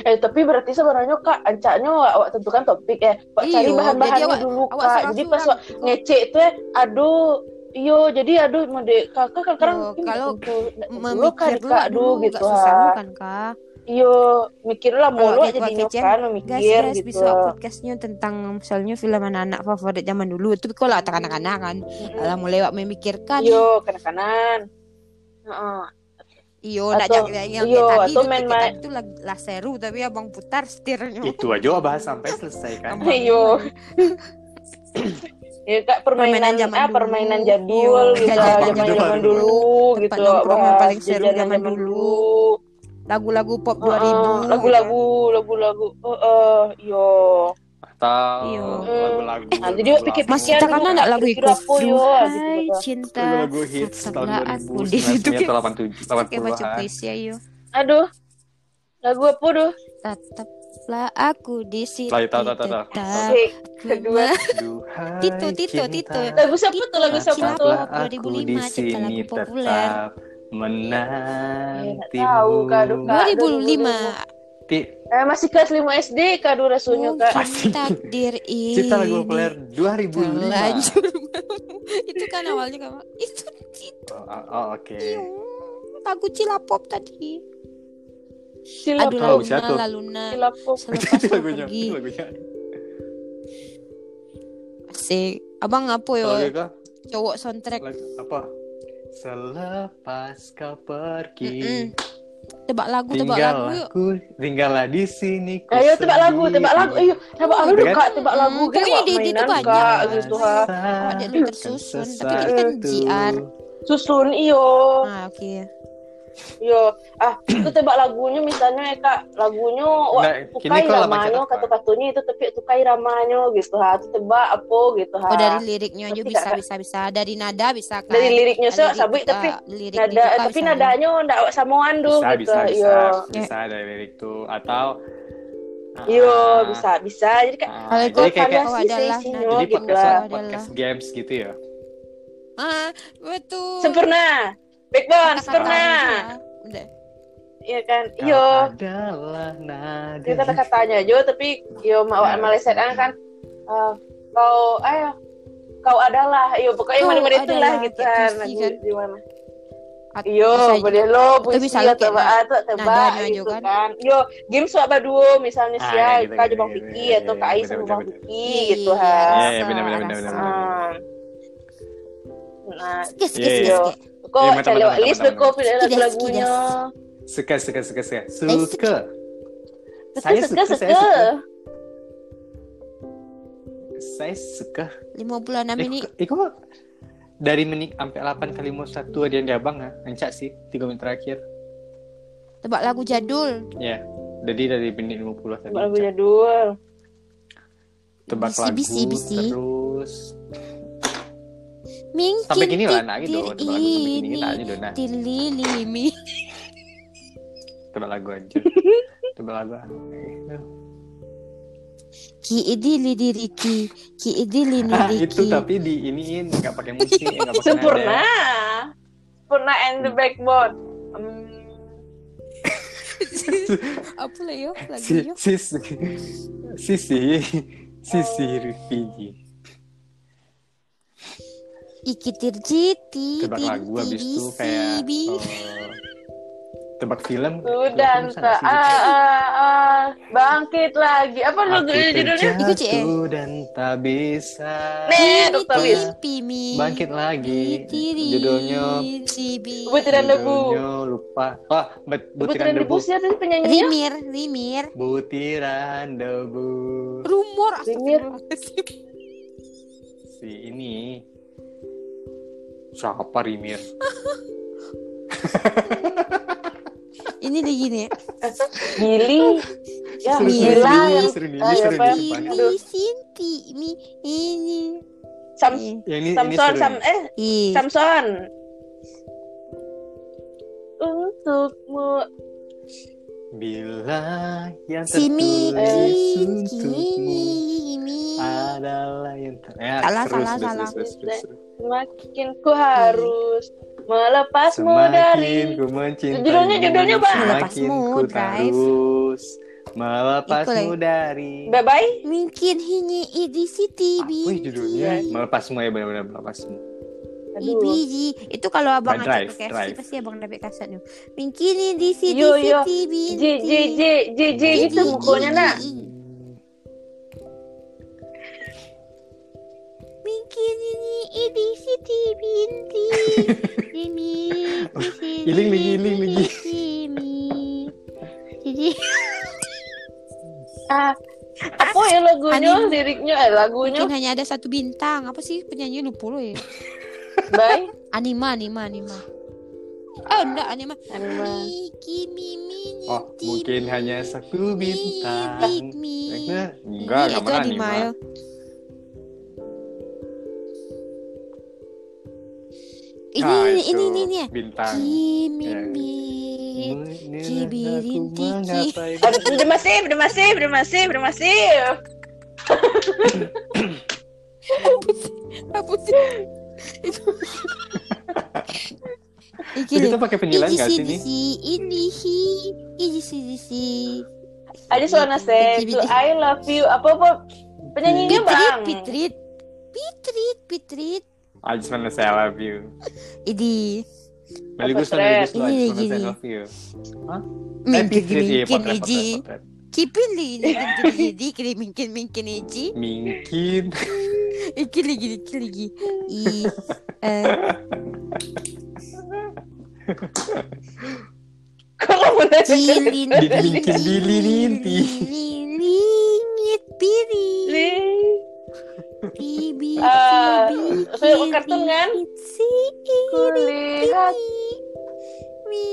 Eh tapi berarti sebenarnya kak ancaknya awak awak tentukan topik eh awak
Iyo,
cari
Iya, jadi
bahan-bahannya
awak-
dulu
awak
kak.
serang-serang
Jadi pas awak
gitu.
ngecek itu eh aduh Iyo, jadi aduh mau dek kakak kan sekarang
Iyo, kalau
dulu kan
memikir dulu
kak aduh
aduh gak
gitu
susah dulu
ha.
kan kak
Iyo, mikirlah mulu
Kalau
jadi
awak kecil,
kan
guys
memikir
guys
gitu.
bisa podcastnya tentang misalnya film anak-anak favorit zaman dulu itu kalau anak-anak kan
Mm-mm.
alah mulai awak memikirkan
Iyo, kanan-kanan. Heeh.
Iyo,
Atau-
nak jak yang kayak
iyo,
tadi
atau
itu
main
kita
main-
itu lah, lah seru tapi abang putar setirnya.
Itu aja wah, bahas sampai selesai kan.
Aman.
Iyo. Ya kak
Permainan
permainan,
zaman
ah,
dulu.
permainan jadul
Oh,
gitu
jajanan
zaman
zaman
zaman
dulu.
dulu
Tempat
gitu
nongkrong yang
bahas
paling seru
jajanan
zaman dulu. Lagu-lagu pop 2000.
Heeh, Ah, lagu-lagu lagu-lagu heeh yo
Iya.
Atau lagu-lagu.
Nah, jadi awak pikir-
Mas
Iya,
kita kan
dulu
ada lagu
kira-kira
ikut
apa, yo, gitu,
Hai
gitu.
cinta
lagu hits tahun
Setelah aku di
2000
situ
atau
kayak
80
kayak baca
80-an.
puisi ayo
aduh lagu apa duh
Tetaplah aku di sini
Tahu, tahu, tahu, tahu, tahu.
tetap
Oke, kedua
Duhai
Tito, Tito,
cinta.
Tito.
lagu siapa tuh lagu siapa
Cinta.
tuh
Tetaplah aku di
2005, cipta lagu
sini
populer.
tetap
Ya, Iya,
menantimu.
nggak tahu, Kak Duka.
2005
Ti-
Eh, masih kelas 5 SD Kak Dura Sunyo Kak.
Mungkin takdir ini.
Cita lagu populer 2005.
Terlanjur. itu kan awalnya kamu. Itu itu.
Oh, oh, oke.
Iya. Lagu Cilapop tadi.
Silap
Aduh
Oh,
Laluna,
siapa tuh?
Laluna.
silap kok.
Selepas
Itu
kau
lagunya.
pergi.
Itu lagunya.
Asik. Abang apa ya?
Kalau Geko,
Cowok soundtrack.
lagu apa? Selepas kau pergi,
Mm-mm. Tebak lagu, tebak lagu
tinggal
yuk.
aku, tinggallah di sini. ku
Eh, Ayo tebak lagu, tebak lagu.
sendiri.
Ayo, tebak apa dulu
Kan?
Kak? Tebak lagu
Hmm,
kayak
kan ide-ide itu
mainan
banyak.
Kak gitu ha.
Adik lu tersusun, tapi ini kan
Sesuatu.
GR.
Susun iyo.
Ah, oke.
Yo, ah itu tebak lagunya misalnya ya kak, lagunya wah
Nah,
tukai
kini lah kok lama
ramanyo
cetak,
kata katunya itu tapi tukai ramanyo gitu ha, itu tebak apa gitu ha.
Oh, dari liriknya aja
Tapi
bisa,
kakak-
bisa, bisa. Dari nada bisa kan?
Dari liriknya so,
Lirik
sabi
juga,
tapi
liriknya
nada
juga
tapi
bisa. kan?
nadanya ndak samaan dulu
bisa,
gitu.
bisa, bisa,
yo,
bisa ada lirik tuh atau
yo
Ah,
Iya, bisa bisa jadi kayak
ah,
Kalau
jadi
ikut
kayak, kayak,
variasi, oh,
variasi
adalah
sih
nada.
sinyo
jadi
Oh,
gitu
podcast,
lah.
lah.
podcast games gitu ya
Ah, betul.
Sempurna,
Kata-kata
backbone
ah.
sempurna,
aja. Udah.
iya kan,
Kau
yo.
adalah nada
Dia kata-katanya aja, tapi yo mau
Iya.
Ya.
maleset kan eh, kau ayo kau adalah yo pokoknya
Kau
mana-mana itu lah
adalah,
gitu
kayak
kan
puisi
lagu
kan.
di mana.
At- bisa
Yo,
aja.
boleh lo
Atau
puisi
misalnya
atau
kayak na-
apa atau tebak
nadanya
gitu
juga
kan.
kan.
Yo, game suap duo misalnya
Ah,
sih
ya,
ya,
gitu,
kau
gitu,
Jebang
gitu,
Piki
gitu,
atau
gitu,
Kak Ais
betul,
Jebang
betul,
Piki
Iya,
gitu
iya,
ha.
Iya, iya,
rasa,
benar, benar, benar,
rasa.
benar, benar.
Ah. Nah,
Skis, skis,
Iya.
skis,
Yo.
skis.
Iya,
kok
mantap,
cari
mantap,
list
mantap,
kok
mantap.
pilih
Skidas,
lagunya.
suka suka suka suka
suka.
suka saya
Saya
suka saya
suka.
suka saya suka Eh,
56 ini
Iko- Iko dari menit sampai 8 kali mau satu ada yang diabang ha? Encak sih 3 menit terakhir
tebak lagu jadul.
ya jadi dari menit 50 tadi
Tebak lagu jadul.
tebak
Bisi,
lagu
bisi, bisi.
terus
Mingkin
sampai gini lah nak
titir
gitu tebak lagu sampai gini
ini
lah aja dona
tililimi.
tebak lagu aja tebak lagu ah.
Ki idili diriki, ki idili
ah, itu
niriki.
tapi di iniin nggak pakai musik nggak pakai
Sempurna.
nada.
Sempurna and the backbone. Hmm,
Apa lah yo
si
lagunya?
si si si si si
Oh.
Rifiji
Iki tirjiti,
tebak lagu habis itu kayak eh, tebak film
Sudah,
Film bisa
entah.
nggak sih
Ah,
gitu?
ah, ah. bangkit lagi. Apa lagu
Aku
judulnya?
Itu, Ci, eh.
terjatuh dan tak bisa
E.
oh.
Nih, dokter Wis.
bangkit lagi judulnya
Butiran debu.
judulnya lupa oh
Butiran
bet- butiran
debu
debu
siapa sih penyanyinya?
Rimir, Rimir.
butiran debu
Rumor
Rimir.
astagfirullahaladzim.
si ini siapa Rimir
Ini lagi nih.
Eh, Gili. Ya,
Seru, seru, seru,
gila. yang-
seru,
Ah,
seru,
ya,
seru,
apa?
seru.
Aduh,
Ini Sinti, mi ini.
Sam-
yang ini ini
Samson,
seru
Sam,
nih.
eh,
Ih,
Samson. Untukmu
bila yang
si Miki,
tertulis untukmu
Kimi, Mi.
Ah. adalah yang ter... ya,
Salah, salah,
seru, seru,
salah.
seru, seru, seru, seru.
semakin ku harus melepasmu
Semakin
dari
ku mencintai
Judulnya- judulnya, Bang.
Semakin
Melepasmu,
ku
Drive.
terus Melepasmu
Itu, eh.
dari
bye bye
Mungkin hanya di Siti,
Apa ya judulnya?
Binti.
Melepasmu ya benar-benar melepasmu
aduh
Ibiji itu kalau abang
Drive,
ngajak ke KFC
drive.
pasti abang dapat kaset nih. Mungkin di Siti,
Yo, yo.
Siti,
J
Binti.
J J J J gitu
Ji,
mukanya
ji,
nak
ji. Mungkin ini ini Siti Binti. Ini di sini,
Iling lagi, iling
di
lagi.
sini. Jadi
ah apa ya lagunya
Anin.
liriknya eh lagunya
mungkin hanya ada satu bintang. Apa sih penyanyi lupa lo ya?
bye
Anima, anima, anima. Oh, enggak anima.
Anima.
Miki, mimi,
Oh
niti,
mungkin
mi,
hanya satu
midik,
bintang
mi.
Nah, Enggak,
Iya,
enggak
itu
pernah nih
anima ya.
Mbak.
Ini, ini,
Ah,
ini,
itu
ini, ini.
Bintang
Kimimi. Kibirin
Aku
tiki.
menggapai
Aduh, udah masih udah masih udah masih udah masih
Apa sih? Itu. Iki
Kita
deh.
pakai penilaian
Iji
nggak
si
sih
di
nih?
si, ini hi, iji si di si.
I just wanna say to I love you apa apa penyanyinya
Pitrit,
bang
Pitrit, Pitrit, Pitrit.
I just wanna say I love you.
Ini
Meligus,
Potret.
Ini
meligus, lo, I just wanna say I
gini.
love you.
mungkin mungkin
potret,
Iji.
potret, potret.
Kipin li ini mungkin Iji, kini mungkin mungkin Iji.
Mungkin.
Iki lagi, iki lagi. I eh
kalau mulai
cilin
Dibikin dililinti.
Lilingit piri. Bibi.
Ah,
bibi,
saya mau kartun kan?
bibi, si-
kulihat
mi.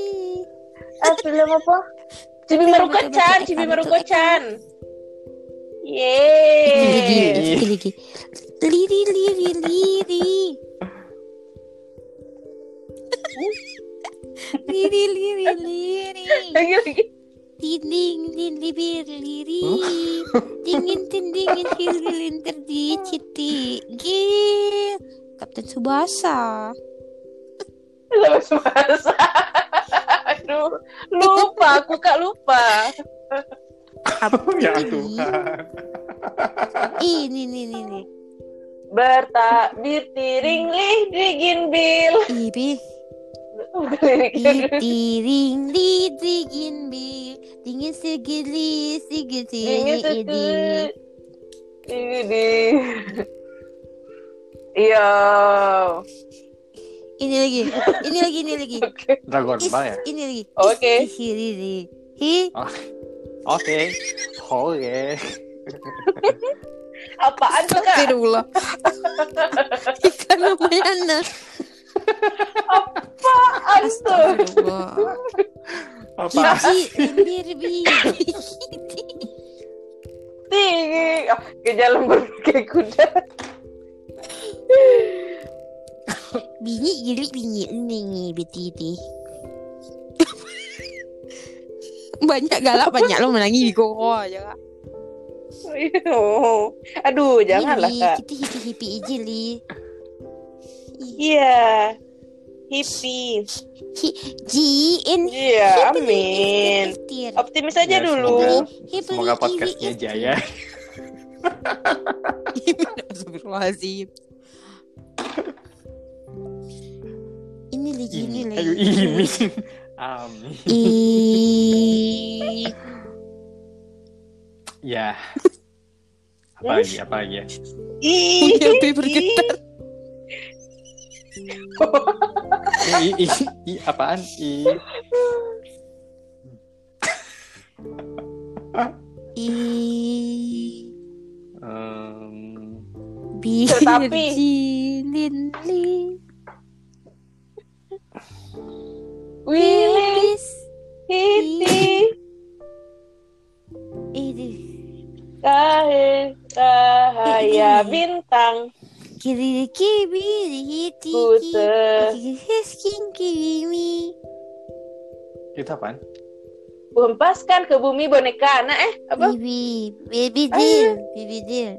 ah film apa Cibi Maruko-chan
Betul-betul
Cibi
ikan,
Maruko-chan
Iki lagi,
yeay
iki lagi. Liri liri liri. Liri liri liri.
lagi lagi
Dinding din bibir liri Dingin tindingin hililin terdiciti Gil Kapten Subasa
Sama semasa. Aduh, lupa aku kak lupa.
ya
Ini.
Tuhan.
Ih, Ini nih nih nih
Bertakbir tiring lih digin bil.
Ibi
Bukan
Iya,
liriknya.
Itiring lidigin bi Dingin segili segili
Dingin
ini
tuh. Ini di. Iya.
Ini lagi Ini lagi ini lagi
Oke.
Dragon
Is,
Ball ya?
Ini lagi
Oke.
Is, hi, ri, ri. Hi
Oke. Oke.
Apaan tuh kak?
Astagfirullah Ikan lumayan nah.
Apaan tuh?
Astagfirullah
Apa?
Kiki lendir bi.
Tinggi. Oh, ke jalan berbagai kuda.
Bini gili bini ningi bititi. banyak galak banyak lo menangi di koko aja kak.
Aduh, janganlah
Hipi,
kak.
Kita hipi hipi aja li.
Iya. Hippie.
Ji in.
Iya, amin. Optimis aja
Ya,
dulu.
Semoga podcastnya ya. jaya.
Astagfirullahaladzim. Ini lagi ini
Ini.
lagi.
Aduh, ini. Amin.
I.
Ya. Apa lagi? Apa lagi ya?
Ih,
Punya B bergetar.
I, i, i- i, apaan? I,
I.
em,
Tetapi-
Virgin li-
Willy
lilis.
Hiti
Ini
Kahir Cahaya
Ini.
bintang
kiri kiri hiti
Kute
Hiskin kirimi.
itu apaan?
Hempaskan ke bumi boneka Nah eh apa?
Baby, baby
Ayo.
deal, baby deal.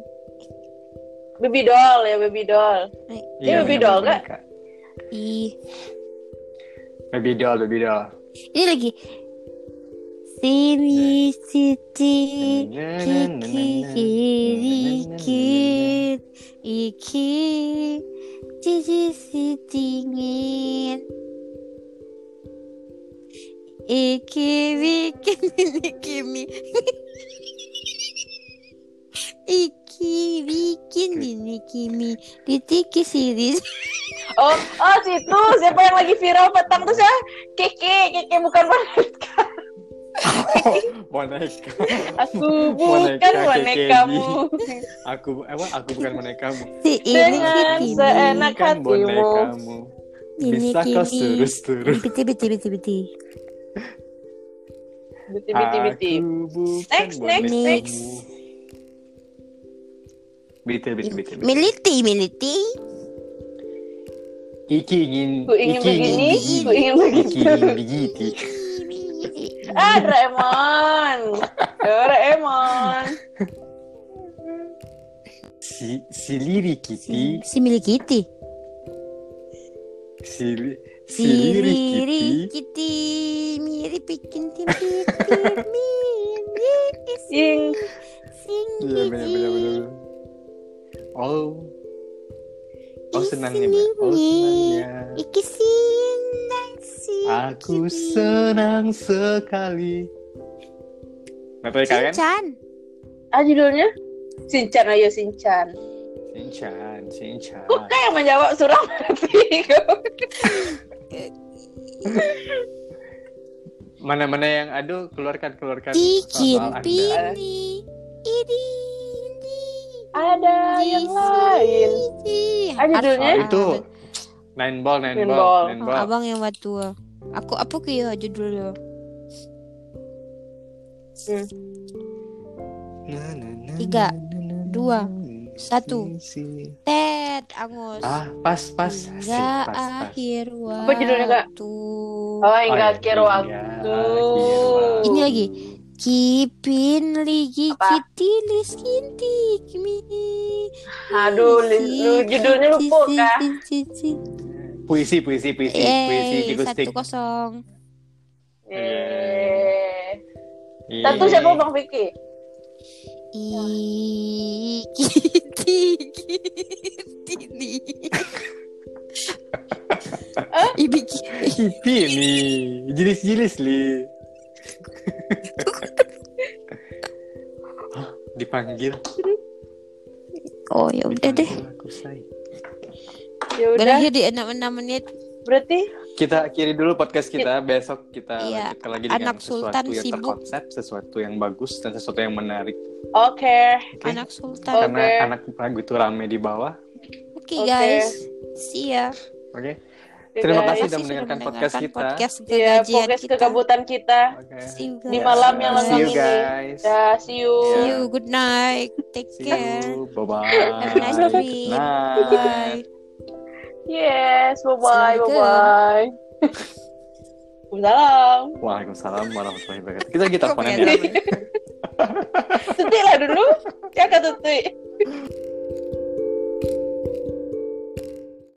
Baby doll ya baby doll Ini baby
bener-bener
doll,
boneka.
I.
Baby doll, baby doll.
Ini lagi. Sini siti kiki kiri kiri iki cici sitingin iki bikin ini kimi iki bikin ini kimi ditiki siris
Oh oh situ Siapa yang lagi viral petang tuh ya Keke Keke bukan boneka
Oh, boneka.
Aku bukan
Boneka Keke
bonekamu
Aku, emang aku bukan bonekamu.
si ini
Dengan
kimi
kan seenak- Enak
Bukan
hatimu.
bonekamu.
ini
Bisa kau
kimi
suruh-suruh.
biti biti biti biti
Biti biti biti
Aku bukan
Next, next,
bonekamu.
next.
Bitte, bitte, bitte. bitte.
militi militi
Iki ingin,
Ku ingin
iki
begini
ingin
Ku
begini.
ingin
Iki
begitu
ingin begitu.
Ah, Doraemon. Doraemon.
Si, si liri kiti,
Si Milikiti.
si, si
Si
liri kiti.
Riri Kitty. Miri bikin tim pipi. Miri
ing
Sing
Iya benar benar benar. benar. Oh. Oh senangnya, Mbak. Oh senangnya.
Iki sinang sing.
Aku senang sekali. Nah, tadi kalian
Cincan.
ah judulnya Sincan ayo Sincan
Sinchan, Sinchan.
kok kayak menjawab suram berarti
Mana-mana yang aduh keluarkan keluarkan
Bikin
soal Anda.
pini. Ini. ini,
ada
di
yang lain
sini.
Ah, judulnya?
Oh,
Harus-
itu nine ball, nine,
Nine
ball,
ball.
nine
Oh,
ball.
abang yang batua. Aku apa ke ya judulnya?
Na, na, na,
Tiga,
na, na, na,
dua,
na,
satu.
si-
Ted Angus.
Ah, pas, pas. Asik,
Hingga
pas, pas.
akhir waktu.
Apa judulnya, Kak? oh
iya,
enggak kira
iya,
waktu
akhir waktu.
Ini lagi. Kipin ligi
Apa?
kitilis kinti kimi.
aduh li- lu judulnya lupa kan? kah
Iya. Puisi, puisi, puisi, puisi
Yeay,
Kiku Stick.
satu kosong.
Yeay.
Yeay.
Satu siapa Bang Vicky?
I kiti kitini. Ibi ki-
Ini jilis-jilis li. Hah, dipanggil.
Oh ya udah deh.
Aku say.
Ya udah,
Berakhir di enam enam menit.
berarti
Kita akhiri dulu podcast kita. Besok kita
Iya,
kita lagi dengan
anak
sesuatu
sultan
yang
sibuk.
terkonsep, sesuatu yang bagus dan sesuatu yang menarik.
oke.
Oke?
Anak Sultan.
Karena
Oke.
anak lagu itu rame di bawah.
Oke
Oh, Oke.
guys. See ya.
Oke.
Ya,
Terima
Terima
guys.
kasih. sudah
kasih
mendengarkan
sudah
podcast
mendengarkan
kita.
podcast
Iya,
kegajian
podcast
kita.
kegabutan kita.
Oke.
See you
Di
guys.
malam yang
See you
lengang ini.
guys.
Ya, see you.
See
Iya.
you. Good night. Take
See
care.
you. Bye-bye.
Have a nice
Good
week.
night.
Bye.
Yes, bye-bye,
Assalamualaikum.
bye-bye. Salam.
Waalaikumsalam warahmatullahi wabarakatuh. Kita ya? kita
Kok
teleponan
kelihatan?
ya.
Tutik lah dulu. Ya, Kak Tutik.